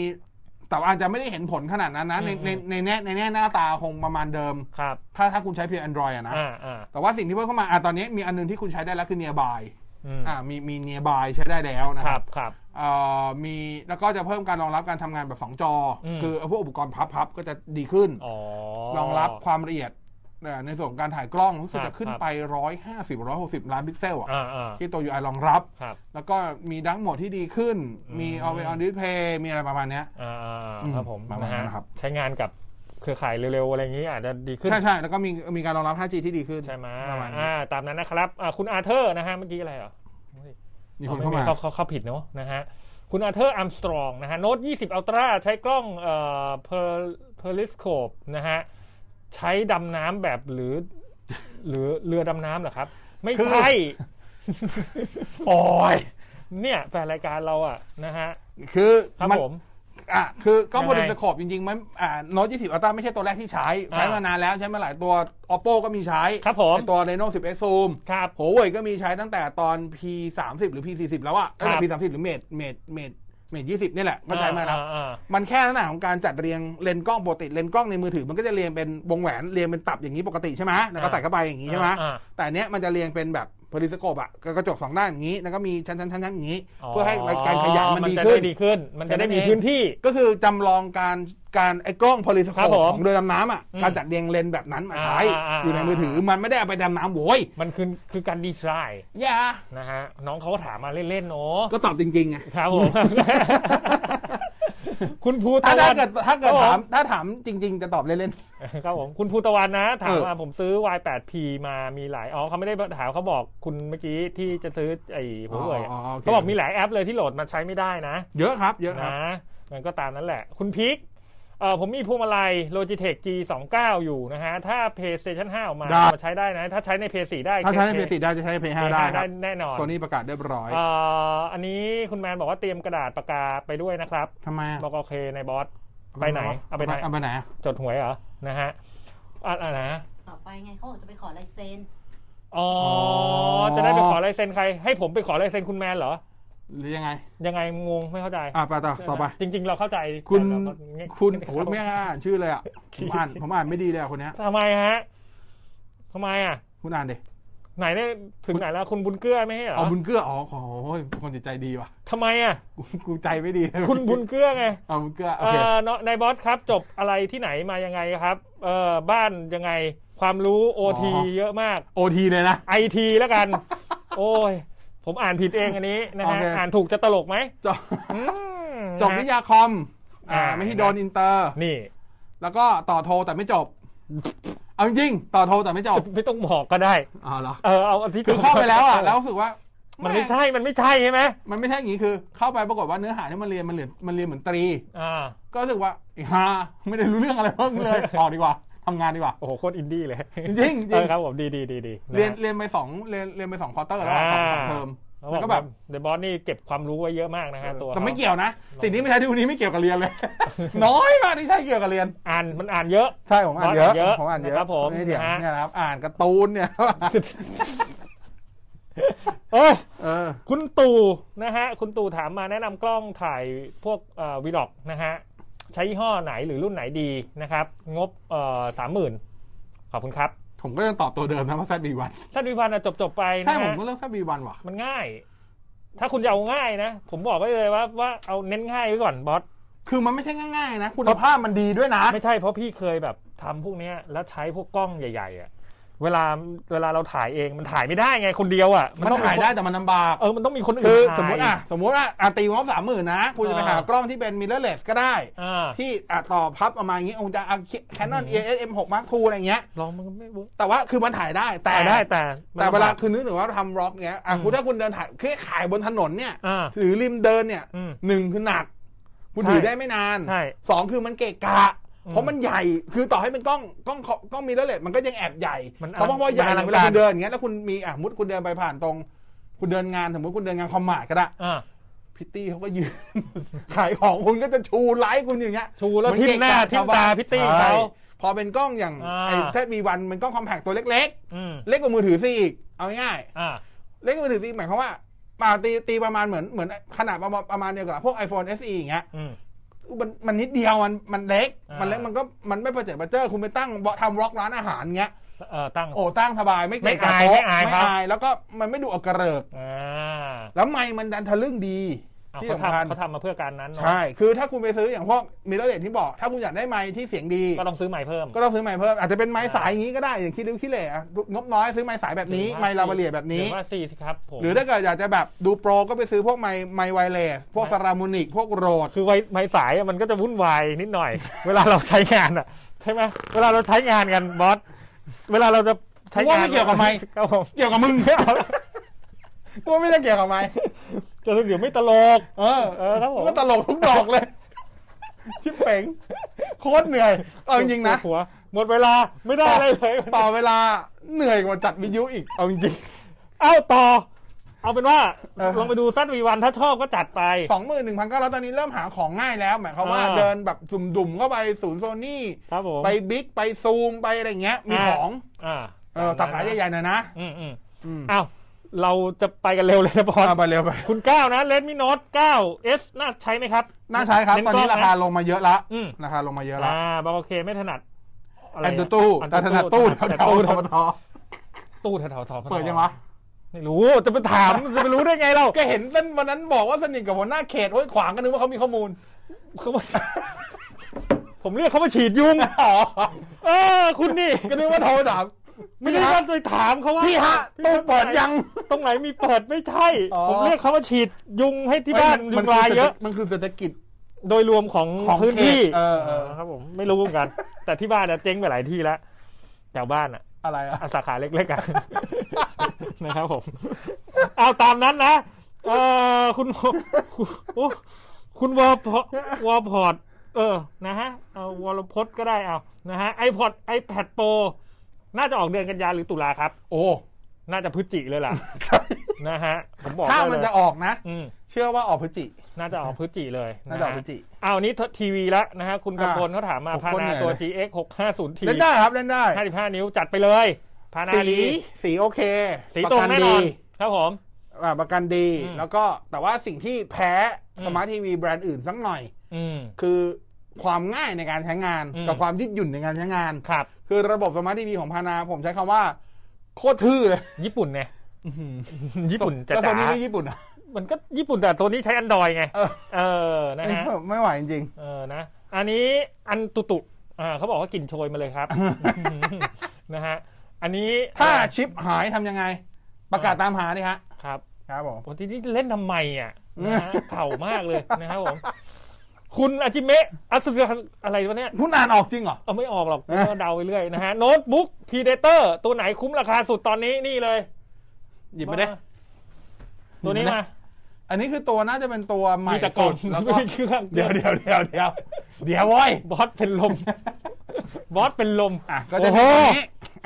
S4: แต่ว่าอาจจะไม่ได้เห็นผลขนาดนั้นนะ ใน
S3: อืม
S4: ในในแน่ในแน่หน้าตาคงประมาณเดิม
S3: ครับ
S4: ถ้าถ้าคุณใช้เพียง Android อะนะ
S3: อ่าอ่า
S4: แต่ว่าสิ่งที่เพิ่มเข้ามาอ่ะตอนนี้มีอันหนึงที่คุณใช้ได้แล้วคือ Nearby
S3: อืม
S4: อ่ามีมี Nearby ใช้ได้แล้วนะ
S3: ค
S4: ค
S3: รั
S4: รั
S3: บบ ครับ
S4: เอ่อมีแล้วก็จะเพิ่มการรองรับการทำงานแบบ 2 จออ
S3: ม
S4: คือพวกอุปกรณ์พับๆก็จะดีขึ้น
S3: อ๋อ
S4: รองรับความละเอียดเอ่อในส่วนของการถ่ายกล้องรู้สึก
S3: ครั
S4: จะ
S3: บ
S4: ขึ้นไป 150 160 ล้านพิกเซลอะ
S3: อ่าอ่า
S4: ที่ตัว UI รองรับ
S3: ครับ
S4: แล้วก็มีดังโหมดที่ดีขึ้น มี
S3: อืม
S4: Always on Display มีอะไรประมาณเนี้ย
S3: อ่าอ่า
S4: อื
S3: อ่าม ครับผม
S4: ประมาณ
S3: นะฮะ
S4: นั้นนะครับ
S3: ใช้งานกับเครือข่ายเร็วๆ อะไรอย่างนี้อาจจะดีขึ้น
S4: ใช่ใช่แล้วก็มีมีการรองรับ 5G ที่ดีขึ้น
S3: ใช่ไหม
S4: ประมาณนี้
S3: อ่าตามนั้นนะครับอ่าคุณอาเธอร์นะฮะเมื่อกี้อะไรเหรอ
S4: มีคนเข้ามา
S3: อ๋อไเขาเขาเขาผิดเนาะนะฮะคุณอาเธอร์อัมสตรองนะฮะโน้ต20 Ultra ใช้กล้องเอ่อเพอร์ลิสโคปนะฮะใช้ดำน้ำแบบหรือ หรือเรือดำน้ำเหรอครับ ไม่
S4: คือ
S3: ใช่
S4: โอ้ย
S3: เนี่ยแฟนรายการเราอะนะฮะ
S4: คือ
S3: ครับ
S4: มัน
S3: ผม
S4: อ่ะคือก็
S3: ยังไง
S4: บริสโคปจริงๆ มันอ่าโน้ต20 Ultra ไม่ใช่ตัวแรกที่ใช้
S3: อ่า
S4: ใช้มานานแล้ว ใช้มาหลายตัว Oppo ก็มีใช้
S3: ครับผม
S4: ไอ้ตัว Reno 10 X Zoom
S3: ครับ
S4: หัวเว่ยก็มีใช้ตั้งแต่ตอน P 3 0หรือ P 4 0แล้วอะตั้ง
S3: ค
S4: แต่
S3: รับ
S4: P 3 0หรือเมดเมดเมดเมดยี่สิบนี่แหละก็ใช้มาแล้ว
S3: อ่อ่า
S4: มันแค่ลักษณะของการจัดเรียงเลนส์กล้องปกติเลนส์กล้องในมือถือมันก็จะเรียงเป็นวงแหวนเรียงเป็นตับอย่างนี้ปกติใช่ไหมแล้วก็
S3: อ่า
S4: ใส่เข้าไปอย่างนี้ใช่ไหม
S3: อ่า
S4: แต่อันเนี้ยมันจะเรียงเป็นแบบพอลิสโคปอะกระจกสองด้านอย่างนี้แล้วก็มีชั้นชั้นชั้นชั้นอย่างนี้
S3: า
S4: เพื่อให้การขยายมันดีขึ้น
S3: จะได้ดีขึ้น มันจะได้มี
S4: แค่นั้นเอง
S3: พื้นที่
S4: ก็คือจำลองการการไอ้กล้องพอลิสโค
S3: ครับ
S4: ป
S3: ผม
S4: ของเรือดำน้ำอะ
S3: อืม
S4: การจัดเรียงเลนส์แบบนั้นมาใช้
S3: อ่าอ่าอ่า
S4: อยู่ในมือถือมันไม่ได้เอาไปดำน้ำโว้ย
S3: มันคือคือการดีไซน์
S4: อย่า
S3: นะฮะน้องเขาก็ถามมาเล่นๆเนาะ
S4: ก็ตอบจริงๆไง
S3: ครับผม คุณภู
S4: ถ้า
S3: ตะวั
S4: ถ้าน เกิดถ้าเกิด
S3: ครับผม
S4: ถามถ้าถามจริง ๆ จะตอบเล่น
S3: ครับผมคุณภูตะวันนะถาม
S4: เออ
S3: มาผมซื้อ Y8P มามีหลายอ๋อเขาไม่ได้ถามเขาบอกคุณเมื่อกี้ที่จะซื้อไอ้
S4: ๆ
S3: หัวเว่ยอะ
S4: อ๋อโค
S3: เขาบอกมีหลายแอปเลยที่โหลดมาใช้ไม่ได้นะ
S4: เยอะครับ เยอะครับ
S3: นะมันก็ตามนั้นแหละ คุณพิกเออผมมีพวงมาลัย Logitech G29 อยู่นะฮะ ถ้า PlayStation 5ออกมา
S4: ได้
S3: เอามาใช้ได้นะ ถ้าใช้ใน PS4 ได้
S4: ถ้าใช้ใน
S3: เค
S4: PS4 ได้จะใช้ใน
S3: เค
S4: PS5 ได้ค
S3: ได้
S4: รับ
S3: แน่นอน
S4: โซนี่ประกาศเรียบร้อย
S3: เอ่ออันนี้คุณแมนบอกว่าเตรียมกระดาษปากกาไปด้วยนะครับ
S4: ทำไมอะ
S3: บอกโอเคในบอส ไปไหนเอาไปไหน
S4: เอาไปไหนอะ
S3: จดหวยเหรอ นะฮะอะอะไรนะ
S5: ต่อไปไงเขาบอกจะไปขอลายเซ็น
S3: อ๋ออจะได้ไปขอลายเซ็นใคร ให้ผมไปขอลายเซ็นคุณแมนเหรอ
S4: หรือยังไง
S3: ยังไงงงไม่เข้าใจ
S4: อ่ะไปต่อต่อไป
S3: จริง ๆ เราเข้าใจ
S4: คุณ
S3: แต่เราก็งี้
S4: คุณโอ้ยไม่อ่านชื่อเลยอ่ะผมอ่านผมอ่านไม่ดีเลยอะคนเนี้ย
S3: ทำไมฮะ ทำไมอ่ะ
S4: คุณอ่านดิ
S3: ไหนเนี่ยถึงไหนแล้วคุณบุญเกื้อไม่ใช่เหร
S4: เอา
S3: อ
S4: บุญเกื้ออ๋อโอ้โหคนจิตใจดีว่ะ
S3: ทำไมอ่ะ
S4: กูกูใจไม่ดีเลย
S3: คุณบุญเกื้อไง
S4: เอาบุญเกื้อโอ
S3: เอ่
S4: เค
S3: อเนอะนายบอสครับ จบอะไรที่ไหนมายังไงครับ เอ่อบ้านยังไง ความรู้ OT
S4: อ๋อ
S3: เยอะมาก
S4: โอทีเลยนะ
S3: IT แล้วกัน โอ้ย ผมอ่านผิดเองอันนี้นะฮะ
S4: โอเค
S3: อ่านถูกจะตลกไหม
S4: จบ
S3: อืม
S4: จบวิท
S3: นะฮะ
S4: ยาคอม อ่า
S3: อ่า
S4: ไม่ที่โดนอินเตอร์
S3: นี่
S4: แล้วก็ต่อโทแต่ไม่จบ เอาจริงๆต่อโทแต่ไม่จบ
S3: จะไม่ต้องบอกก็ได้
S4: อ๋อเหรอ
S3: เออเอาที่
S4: คือเข้าไปแล้ว อ่ะแล้วรู้สึกว่า
S3: มั
S4: มัน
S3: ไม่ใช่มันไม่ใช่ใช่ไหม
S4: มันไม่ใช่อย่างนี้คือ เข้าไปปรากฏว่าเนื้อหาที่มันเรียนมันเรียนมันเรียนเหมือนตรี
S3: อ่า
S4: ก็รู้สึกว่าไอ้ฮาไม่ได้รู้เรื่องอะไรเพิ่ม เลย ออกดีกว่าทำงานดีกว่า
S3: โอ้โหโคตรอินดี้เลย
S4: จริงๆจริง
S3: เออครับผมดีดีดีดีะฮะ
S4: เรียนเรียนไปสองเรียนเรียนไปสองคอร์เตอร์แล้วอะสองสองเทอม
S3: เขาบอ
S4: แล้ว
S3: ก
S4: ก็แบ
S3: แบบ บเดบอสนี่เก็บความรู้ไว้เยอะมากนะฮะตัว
S4: แต่ไม่
S3: ขา
S4: เกี่ยวนะ สิ่งนี้ไม่ใช่ที่วันนี้ไม่เกี่ยวกับเรียนเลย น้อยมากที่ใช่เกี่ยวกับเรียน
S3: อ่านมันอ่านเยอะ
S4: ใช่ผมอ่านเย
S3: อ่านเย
S4: อะ
S3: อะ
S4: ผมอ่านเยอะ
S3: นะครับผม
S4: นี่เดี๋ยว
S3: นะฮะ
S4: เนี่ยนะครับอ่านการ์ตูน เนี่ย
S3: เอย
S4: เออ
S3: คุณตู่นะฮะคุณตู่ถามมาแนะนำกล้องถ่ายพวกวีล็อกนะฮะใช้ยี่ห้อไหนหรือรุ่นไหนดีนะครับ งบสามหมื่นขอบคุณครับ
S4: ผมก็ยังตอบตัวเดิมนะว่าแซดบีวัน
S3: ท่านวิพันธ์จบจบๆไป
S4: ใช่
S3: นะ
S4: ผม
S3: ฮะ
S4: ก็เลือกแซดบีวันว่ะ
S3: มันง่าย ถ้าคุณจะเอาง่ายนะ ผมบอกไว้เลยว่าว่าเอาเน้นง่ายไว้ก่อนบอส
S4: คือมันไม่ใช่ง่ายๆนะ คุณภาพมันดีด้วยนะ
S3: ไม่ใช่เพราะพี่เคยแบบทำพวกเนี้ยแล้วใช้พวกกล้องใหญ่ ๆ อ่ะ เวลาเวลาเราถ่ายเองมันถ่ายไม่ได้ไงคนเดียวอ่ะ
S4: มัน
S3: ต้อง
S4: ถ่ายได้แต่มันลำบาก
S3: เออมันต้องมีคนอื่
S4: คื
S3: น
S4: อ
S3: ถ่าย
S4: สมมติอ่ะสมมติอ่ะอ่ะตีงบสามหมื่นนะ คุณจะไป
S3: อ่า
S4: หากล้องที่เป็นมิเลอร์เลสก็ได้
S3: อ่า
S4: ที่อ่ะต่อพับออกมาอย่างงี้คุณจะเอาแคนนอนเอเอสเอ็มหกมาร์คูอะไรอย่างเงี้ย
S3: ลองมันก็ไม่เวิร์ก
S4: แต่ว่าคือมันถ่ายได้ แต่
S3: แต่ได้แต่
S4: แต่เวลา
S3: มัน
S4: คือนึกถึงว่าทำร็อกเนี้ยอ่ะ
S3: อืม
S4: คุณถ้าคุณเดินถ่ายคือขายบนถนนเนี่ย
S3: อ่า
S4: หรือริมเดินเนี่ย
S3: อืม
S4: หนึ่งคือหนัก คุณ
S3: ใช่
S4: ถือได้ไม่นาน
S3: ใช่
S4: สองคือมันเกะกะ
S3: อืม
S4: เพราะมันใหญ่คือต่อให้เป็นกล้องกล้องกล้องมีเลอร์เลสมันก็ยังแอบใหญ่
S3: มัน
S4: เพราะว่าพอใหญ่
S3: มันอลัง
S4: เนี่ยเวลา
S3: การ
S4: คุณเดินอย่างเงี้ยแล้วคุณมีอ่ะมุดคุณเดินไปผ่านตรง คุณเดินงานสมมติคุณเดินงานคอมมาร์ทก็ได้
S3: อ่า
S4: พิตตี้เขาก็ยืน ขายของคุณก็จะชูไลฟ์คุณอย่างเงี้ย
S3: ชูแล้ว
S4: มั
S3: ทิ่ม
S4: เกะกะ
S3: หน้าทิ่มตา
S4: ชวบ้น
S3: พิตตี้
S4: ใช่
S3: เขา
S4: พอเป็นกล้องอย่าง
S3: อ่า
S4: ไอ้แทบีวันเป็นกล้องคอมแพคตัวเล็ก
S3: อืม
S4: ๆ เล็กกว่ามือถือซะอีกเอาง่าย
S3: อ่า
S4: ๆเล็กกว่ามือถือซะอีกหมายความว่าป่าตีตีประมาณเหมือนเหมือนขนาดประมาณประมาณเดียวกับพวก iPhone SE อย่างเงี้ย
S3: อืม
S4: มันมันนิดเดียวมันมันเล็ก
S3: อ่ามั
S4: มันเล็กมันก็มันไม่ประเจิดประเจ้อคุณไปตั้งบทำร็อกร้านอาหารเงี้ย
S3: เออตั้ง
S4: โอ้ตั้งสบายไม่เกะกะ
S3: ไม่
S4: โต๊ะ
S3: อายไม่อายครับ
S4: แล้วก็มันไม่ดูออกกระเริก
S3: อ่า
S4: แล้วไมค์มันดันทะลึ่งดี
S3: เอา
S4: ที่
S3: เขา
S4: สำคัญ
S3: ทำเขาทำมาเพื่อการนั้นเนอะ
S4: ใช่ คือถ้าคุณไปซื้ออย่างพวกมิเรเลตที่บอก ถ้าคุณอยากได้ไม้ที่เสียงดี
S3: ก็ต้องซื้อใหม่เพิ่ม
S4: ก็ต้องซื้อไม้เพิ่ม อาจจะเป็นไม้
S3: อ่า
S4: สายอย่างนี้ก็ได้ อย่างคิดริ้วคิดเหล่อะงบน้อยซื้อไม้สายแบบนี้ ไม้ลาบาเลียแบบนี้
S3: หรือว่าสี่สิครับผม
S4: หรือถ้าเกิดอยากจะแบบดูโปรก็ไปซื้อพวกไม้ไม้ไวเลส พวกสรามูนิก พวกโรด
S3: คือไวไม้สายอะมันก็จะวุ่นวายนิดหน่อย เวลาเราใช้งานอ่ะใช่ไหมเวลาเราใช้งานกันบอสเวลาเราจะใช้งาน
S4: ว่าไม่เกี่ยวกับไมค์
S3: ครับผม
S4: เกี่ยวกับมึง ว่าไม่ได้เกี่ยวกับไม้
S3: จะเดี๋ยวไม่ตลก
S4: เออ
S3: เออครับผม
S4: มันก็ตลกทุกดอกเลย ชิบเป๋งโคตรเหนื่อยเอาจริงๆนะ
S3: หัวหมดเวลาไม่ได้อะไรเลย
S4: ต่อเวลาเหนื่อยกว่าจัดวิทยุอีก เอาจริง
S3: เอ้าต่อ เอาเป็นว่า
S4: เออ
S3: ลองไปดูซัดวีวันถ้าชอบก็จัดไป
S4: สองหมื่นหนึ่งพันเก้าร้อยตอนนี้เริ่มหาของง่ายแล้วหมายความว่า
S3: อ่า
S4: เดินแบบสุ่มๆเข้าไปศูนย์โซนี่
S3: ครับผม
S4: ไปบิ๊กไปซูมไปอะไรเงี้ย มี
S3: อ่า
S4: ของ
S3: อ่า
S4: เออสาขาใหญ่ๆหน่อยนะ
S3: ๆอืมอืม
S4: อืม
S3: เอ้าเราจะไปกันเร็วเลยนะบอส
S4: เอาไปเร็วไป
S3: คุณเก้านะเลนมิโนตเก้าเอสน่าใช้ไหมครับ
S4: น่าใช้ครับ
S3: เก
S4: ตอน
S3: ก
S4: นี้ราง
S3: ล้ะ
S4: คาลงมาเยอะละ
S3: อืม
S4: ราคาลงมาเยอะละ
S3: อ่าบอโอเคไม่ถนัดอะไร
S4: แอ
S3: อะ
S4: นดูตู้แต่ถนัดตู้แถว
S3: แต่
S4: แถว
S3: ตู้
S4: ธรรมทอ
S3: ตู้แถวๆสอง
S4: เปิดยังวะ
S3: ไม่รู้จะไปถามจะไปรู้ได้ไงเรา
S4: ก็เห็นเล่นวันนั้นบอกว่าสนิทกับหัวหน้าเขตห้วยขวางก็นึกว่าเขามีข้อมูล
S3: เขาบอกผมเรียกเขามาฉีดยุง
S4: อ๋อ
S3: เออคุณนี่
S4: ก็นึกว่าโทรถาม
S3: ไม่ได้ว่าไปถามเขาว่า
S4: พี่ฮะตู้เปิดยัง
S3: ตรงไหนมีเปิดไม่ใช่
S4: อ๋อ
S3: ผมเรียกเขาว่าฉีดยุงให้ที่บ้านยุงลายเยอะ
S4: มันคือเศรษฐกิจ
S3: โดยรวมของ
S4: ของ
S3: พื้นที่
S4: เขตเออเออ
S3: ครับผมไม่รู้เหมือนกัน แต่ที่บ้านน่ะเจ๊งไปหลายที่แล้วแถวบ้านอ่ะ
S4: อะไรอะ
S3: อ่ะสา ขาเล็กๆกัน นะครับผม เอาตามนั้นนะเออคุณโอ้คุณวอลพอวอลพอร์ตเออนะฮะเอาวอลพดก็ได้เอานะฮะไอพอดไอแพดโปรน่าจะออกเดือนกันยาหรือตุลาครับ
S4: โอ้
S3: น่าจะพฤศจิเลยล่ะ นะฮะ ผมบอก
S4: ถ้า
S3: ได้เลย
S4: มันจะออกนะ
S3: อืม
S4: เชื่อว่าออกพฤศจิ
S3: น่าจะออกพฤศจิเลย
S4: น่า
S3: นะ
S4: จะออก
S3: ฮะ
S4: พฤศจิ
S3: เอานี้ทีวีละนะฮะ คุณกำพลเขาถามมา
S4: ผม
S3: พา
S4: คน
S3: นา
S4: เหนื่อย
S3: ตัว
S4: เลย
S3: GX 650 t
S4: เล่นได้ครับเล่นได้
S3: 55 นิ้วจัดไปเลย พานา
S4: สี
S3: ดี
S4: สีโอเค
S3: สีตรง
S4: ประกั
S3: แน่น
S4: ดี
S3: อน ครับผม
S4: อ่าประกันดี
S3: อืม
S4: แล้วก็แต่ว่าสิ่งที่แพ้
S3: อืม
S4: สมาร์ททีวีแบรนด์อื่นสักหน่อย
S3: อืม
S4: คือความง่ายในการใช้งาน
S3: อืม
S4: กับความยืดหยุ่นในการใช้งาน
S3: ครับ
S4: คือระบบสมาร์ททีวีของพานาผมใช้คำว่า โคตรทื่อเลย
S3: ญี่ปุ่นเนี่ยญี่ปุ่นจะ
S4: แต่ตอ
S3: จ๋าน
S4: นี้ไม่ญี่ปุ่นอะ
S3: มันก็ญี่ปุ่นแต่ตัวนี้ใช้อันดรอยไง
S4: เออ
S3: เออ นะฮะ
S4: ไม่ไหวจริง
S3: เออนะ อันนี้อันตุตุ อ่าเขาบอกว่ากลิ่นโชยมาเลย ครับ นะฮะอันนี้
S4: ถ้าชิปหายทำยังไง ประกาศตามหาดิฮะ
S3: ครับ
S4: ครับผม
S3: วันที่นี่เล่นทำไมอ่ะนะ ฮะเข่ามากเลยนะครับผม คุณอาจิเมะอัสุอะไรวะเนี่ย
S4: คุณอ่านออกจริงเหรอ
S3: เอาไม่อ อกหรอก
S4: อ่ะ
S3: ก็เดาไปเรื่อยนะฮะ โน้ตบุ๊กพีเดเตอร์ตัวไหนคุ้มราคาสุดตอนนี้นี่เลย
S4: หยิบมาได้
S3: ตัวนี้
S4: หยิบมาดิ
S3: มา
S4: อันนี้คือตัวน่าจะเป็นตัวใหม่
S3: มีแต่กล่
S4: สุ
S3: อง
S4: ดแล้วก็
S3: ไม่มีเครื่อง
S4: เดี๋ยวเดี๋ยวเดี๋ยวเดี๋ยวเดี๋ยวเว้ย
S3: บอสเป็นล ม บอสเป็นลม
S4: อ่ะก็จะ
S3: โอ้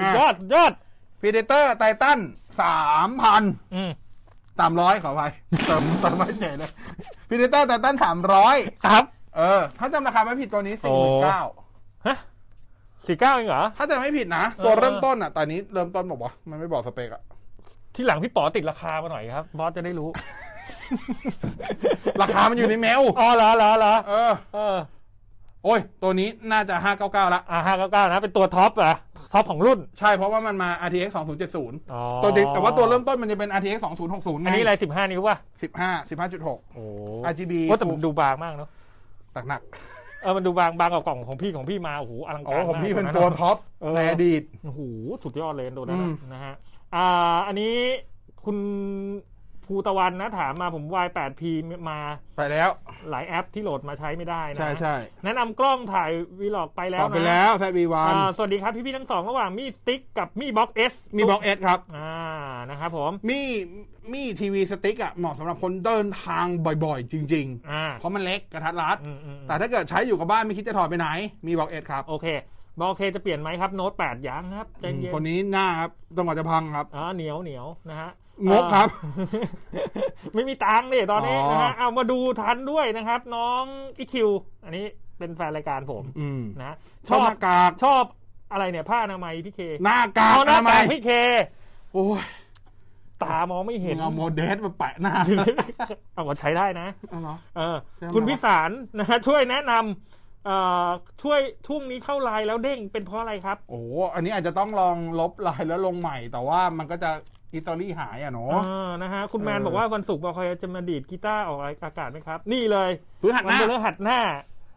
S4: มี
S3: โห
S4: ตัวนี้
S3: ยอดยอด
S4: พีเดเตอร์ไททันสามพัน
S3: อืม
S4: สามร้อยขอไปเติมเติมไม่เจ๋เลยพีเดเตอร์ไททันสามร้อย
S3: ครับ
S4: เออ ถ้าจำราคาไม่ผิดตัวนี้
S3: โอ้
S4: สี่หมื่นเก้า
S3: ฮะสี่เก้าเองเหรอ
S4: ถ้าจำไม่ผิดนะ
S3: เออ
S4: ตัวเริ่มต้นอ่ะตอนนี้เริ่มต้นบอกว่ามันไม่บอกสเปคอะ
S3: ที่หลังพี่ป๋อติดราคามาหน่อยครับ บอสจะได้รู้
S4: ราคามันอยู่ในเมล
S3: อ๋อเหรอเหรอเหรอ
S4: เออ
S3: เออ
S4: โอ้ย ตัวนี้น่าจะห้าเก้าเก้าละ
S3: อ่าห้าเก้าเก้านะ เป็นตัวท็อปเหรอะท็อปของรุ่น
S4: ใช่ เพราะว่ามันมา RTX 2070
S3: อ๋อ
S4: ตัวเดียวแต่ว่าตัวเริ่มต้นมันจะเป็น RTX
S3: อ
S4: 2060
S3: ันนี้อะไรสิบห้านิ้วป่ะ
S4: สิบห้าสิบห้าจุดหก
S3: โอ้
S4: RGB
S3: ว่าแต่มันดูบางมากเนาะ
S4: ตักหนัก
S3: เออ มันดูบางบางกว่ากล่องของพี่ของพี่มา โอ้โห อลัง
S4: อ๋
S3: การ
S4: อ
S3: มาก
S4: ผมนี่เป็น
S3: กาะ
S4: ตัวท็อป
S3: เออ
S4: ในอดีต
S3: โอ้โห สุดยอดเลยตัวนั้น
S4: อืม
S3: นะฮะ อ่า อันนี้คุณภูตะวันนะถามมาผม Y8P มา
S4: ไปแล้ว
S3: หลายแอปที่โหลดมาใช้ไม่ได้นะ
S4: ใช่ใช่
S3: แนะนำกล้องถ่ายวีล็อกไปแล้
S4: ต่
S3: ว
S4: อไป
S3: นะ
S4: แล้วแซบีวัน
S3: อ่าสวัสดีครับพี่ๆทั้งสองระหว่างมีสติ๊กกับมีบ็อกเอส
S4: มีบล็อกเอสครับ
S3: อ่า นะครับผม
S4: มีมีทีวีสติ๊กอ่ะเหมาะสำหรับคนเดินทางบ่อยๆ จริง
S3: อ่า
S4: ๆ เพราะมันเล็กกระทัดรัด
S3: อืมอืม
S4: แต่ถ้าเกิดใช้อยู่กับบ้านไม่คิดจะถอดไปไหน มีบล็อกเอสครับ
S3: โอเคบอกโอเคจะเปลี่ยนไหมครับโน้ต8ยังครับใจเย็น
S4: คนนี้หน้าครับต้องกว่าจะพังครับ
S3: อ่าเหนียวเหนียวนะฮะ
S4: งกครับ
S3: เออ ไม่มีตังค์เลยตอนนี้นะฮะ เอามาดูทันด้วยนะครับ น้องอีคิว อันนี้เป็นแฟนรายการผม
S4: อืม
S3: นะ
S4: ชอบหน้ากาก
S3: ชอบอะไรเนี่ยผ้าอนามัยพี่เค
S4: หน้ากาก
S3: เอาหน้า
S4: ทำไม
S3: ตากพี่เค
S4: โอ้ย
S3: ตามองไม่เห็น
S4: มึงเอาโมเดสมาแปะหน้า
S3: เอาก็ใช้ได้นะ
S4: เอาเหรอ
S3: เออ
S4: ใช่ไหม
S3: คุณพิสารนะฮะช่วยแนะนำเอ่อช่วยช่วงนี้เข้าไลน์แล้วเด้งเป็นเพราะอะไรครับ
S4: โอ้โหอันนี้อาจจะต้องลองลบลายแล้วลงใหม่ แต่ว่ามันก็จะอิตาลีหายอ่ะเนาะ
S3: เออนะฮะคุณแมน
S4: เออ
S3: บอกว่าวันศุกร์บอคอยจะมาดีดกีตาร์ออกอากาศไหมครับ นี่เลย
S4: พื้นหัด
S3: วั
S4: ห
S3: น
S4: น้า
S3: พฤหัสหน้า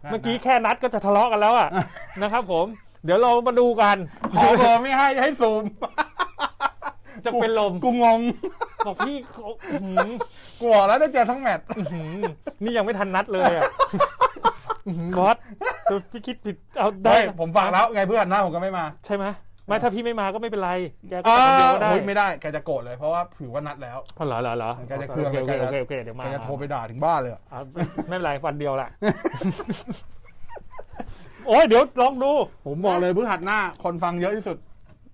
S4: หน้า
S3: เมื่อกี้แค่นัดก็จะทะเลาะกันแล้วอ่ะ นะครับผม เดี๋ยวเรามาดูกัน
S4: ขอเบอร์ไม่ให้ให้ซูม
S3: จะเป็นลม
S4: กูงง
S3: บอกพี่เขาอื้อหือก
S4: ลัวแล้วจะเจอทั้งแมตช์
S3: อื้อหือนี่ยังไม่ทันนัดเลย อ่ะอื้อหือบอสพี่คิดผิดเอาได้
S4: เฮ้ยผมฟังแล้วไงเพื่อนหน้าผมก็ไม่มา
S3: ใช่ไหมไม่ถ้าพี่ไม่มาก็ไม่เป็นไรแก
S4: เอ
S3: ก็ทำเดียว
S4: อ
S3: ก็ได้
S4: โอ้ยไม่ได้แกจะโกรธเลยเพราะว่าถือว่านัดแล้ว
S3: อ๋อเหรอเหรอเหรอ
S4: แกจะเครื่องเลย
S3: โอเคโอ
S4: แกจะ
S3: เคโอเคเดี๋ยวมา
S4: แกจะโทรไปด่าถึงบ้านเลยอะ
S3: อ่ะไม่เป็นไรวันเดียวแหละ โอ้ยเดี๋ยวลองดู
S4: ผมบอกเลยพื้นหัดหน้าคนฟังเยอะที่สุด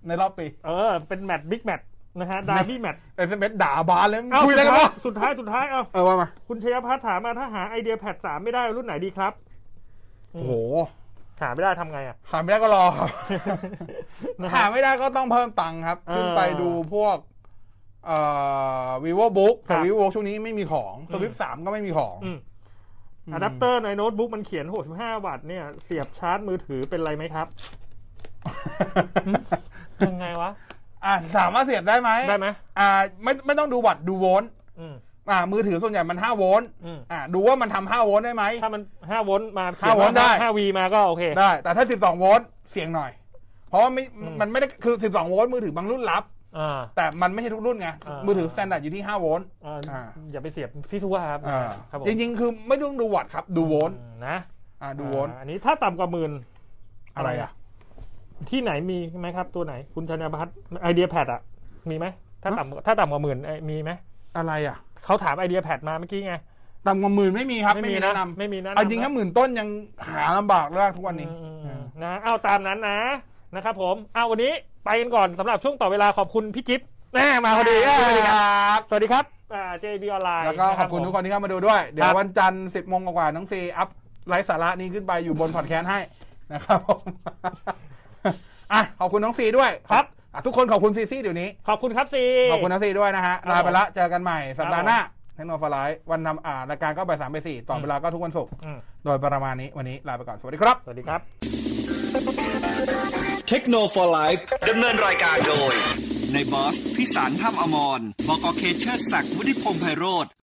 S4: ในรอบปี
S3: เออ เป็นแมตช์บิ๊กแมตช์นะฮะดาร์ บี้แมตช์
S4: เอสเอ็มเอสด่าบ้านเลย
S3: เา
S4: คุยอะไรกันวะ
S3: สุดท้ายสุดท้ายเอา
S4: เออว่ามา
S3: คุณชยพัฒน์ถามมาถ้าหาไอเดียแพดสามไม่ได้รุ่นไหนดีครับ
S4: โอ้โห
S3: หาไม่ได้ทำไงอ่ะ
S4: หาไม่ได้ก็รอครับ
S3: นะ
S4: หา
S3: ฮะ
S4: ไม่ได้ก็ต้องเพิ่มตังค์ครับ
S3: เออ
S4: ขึ้นไปดูพวกเอ่อ vivo book
S3: ครั
S4: แต่
S3: บ
S4: vivo book ช่วงนี้ไม่มีของ
S3: อืม
S4: สวิฟสามก็ไม่มีของ
S3: อืมอะแดปเตอร์ในโน้ตบุ๊กมันเขียน 65 วัตต์เนี่ย เสียบชาร์จมือถือเป็นไรไหมครับ ยังไงวะ
S4: อ่ะถามว่าเสียบได้ไหม
S3: ได้ไหม
S4: อ่าไม่ไม่ต้องดูวัตต์ดูโวลต์
S3: อืม
S4: อ่ามือถือส่วนใหญ่มัน5โวลต์
S3: อืม
S4: อ่าดูว่ามันทำ5โวลต์ได้ไหม
S3: ถ้ามัน 5 โวลต์มา
S4: ห้าโวลต์ได้
S3: 5 V มาก็โอเค
S4: ได้ แต่ถ้า 12 โวลต์เสียงหน่อย เพราะว่าไม่
S3: อืม
S4: มันไม่ได้คือ 12 โวลต์มือถือบางรุ่นรับ
S3: อ่า
S4: แต่มันไม่ใช่ทุกรุ่นไง
S3: อ่ามื
S4: มือถือสแตนดาร์ดอยู่ที่5โวลต์
S3: อ่า
S4: อ่า
S3: อย่าไปเสียบซีซัวครับ
S4: อ่า
S3: ครับผม
S4: จริงๆ คือไม่ต้องดูวัตต์ครับดูโวลต์
S3: นะ
S4: อ่าดูโวลต์
S3: าอันนี้ถ้าต่ำกว่าหมื่น
S4: อะไรอ่ะ
S3: ที่ไหนมีไหมครับ ตัวไหน คุณชัญญาพัฒน์ไอเดียแพดอะมีไหมถ้าต่ำถ้าต่ำกว่าหมื่นเอ้ยมีไหม
S4: อะไรอ่ะ
S3: เขาถามไอเดียแพดมาเมื่อกี้ไง
S4: ต่ำกว่าหมื่นไม่มีครับ ไม่มีแนะนำ
S3: ไม่มีแนะนำ
S4: เอาจริงถ้าหมื่นต้นยังหาลำบากเลยทุกวันนี้
S3: อืมอืมนะเอาตามนั้นนะนะครับผมเอาวันนี้ไปกันก่อนสำหรับช่วงต่อเวลาขอบคุณพี่กิฟต์แน่มาพอดี
S4: สวัสดีครับ
S3: สวัสดีครับอ่า JB ออนไลน์
S4: แล้วก็ขอบคุณทุกคนที่เข้ามาดูด้วย เดี๋ยววันจันทร์สิบโมงกว่าๆน้องซีอัพไลฟ์สาระนี้ขึ้นไปอยู่บนพอดแคสต์ให้นะครับผมอ่ะขอบคุณน้องซีด้วย
S3: ครับ
S4: อ่ะทุกคนขอบคุณซีซี่เดี๋ยวนี้
S3: ขอบคุณครับซี
S4: ขอบคุณน้องซีด้วยนะฮะ
S3: ครับ
S4: ลาไปละเจอกันใหม่สัปดา
S3: ครับ
S4: ห์หน้าเทคโนโลยีวันนำอ่ารายการก็ไปสามไปสี่ต่อ
S3: ม
S4: เวลาก็ทุกวันศุกร์
S3: อืม
S4: โดยประมาณนี้วันนี้ลาไปก่อนสวัสดีครับ
S3: สวัสดีครับ
S1: เทคโนโลยี
S2: ดำเนินรายการโดย
S1: ในบอสพิสารถ้ำอมรบอกอเคเชอร์ศักดิ์วุฒิพงษ์ไพโรธ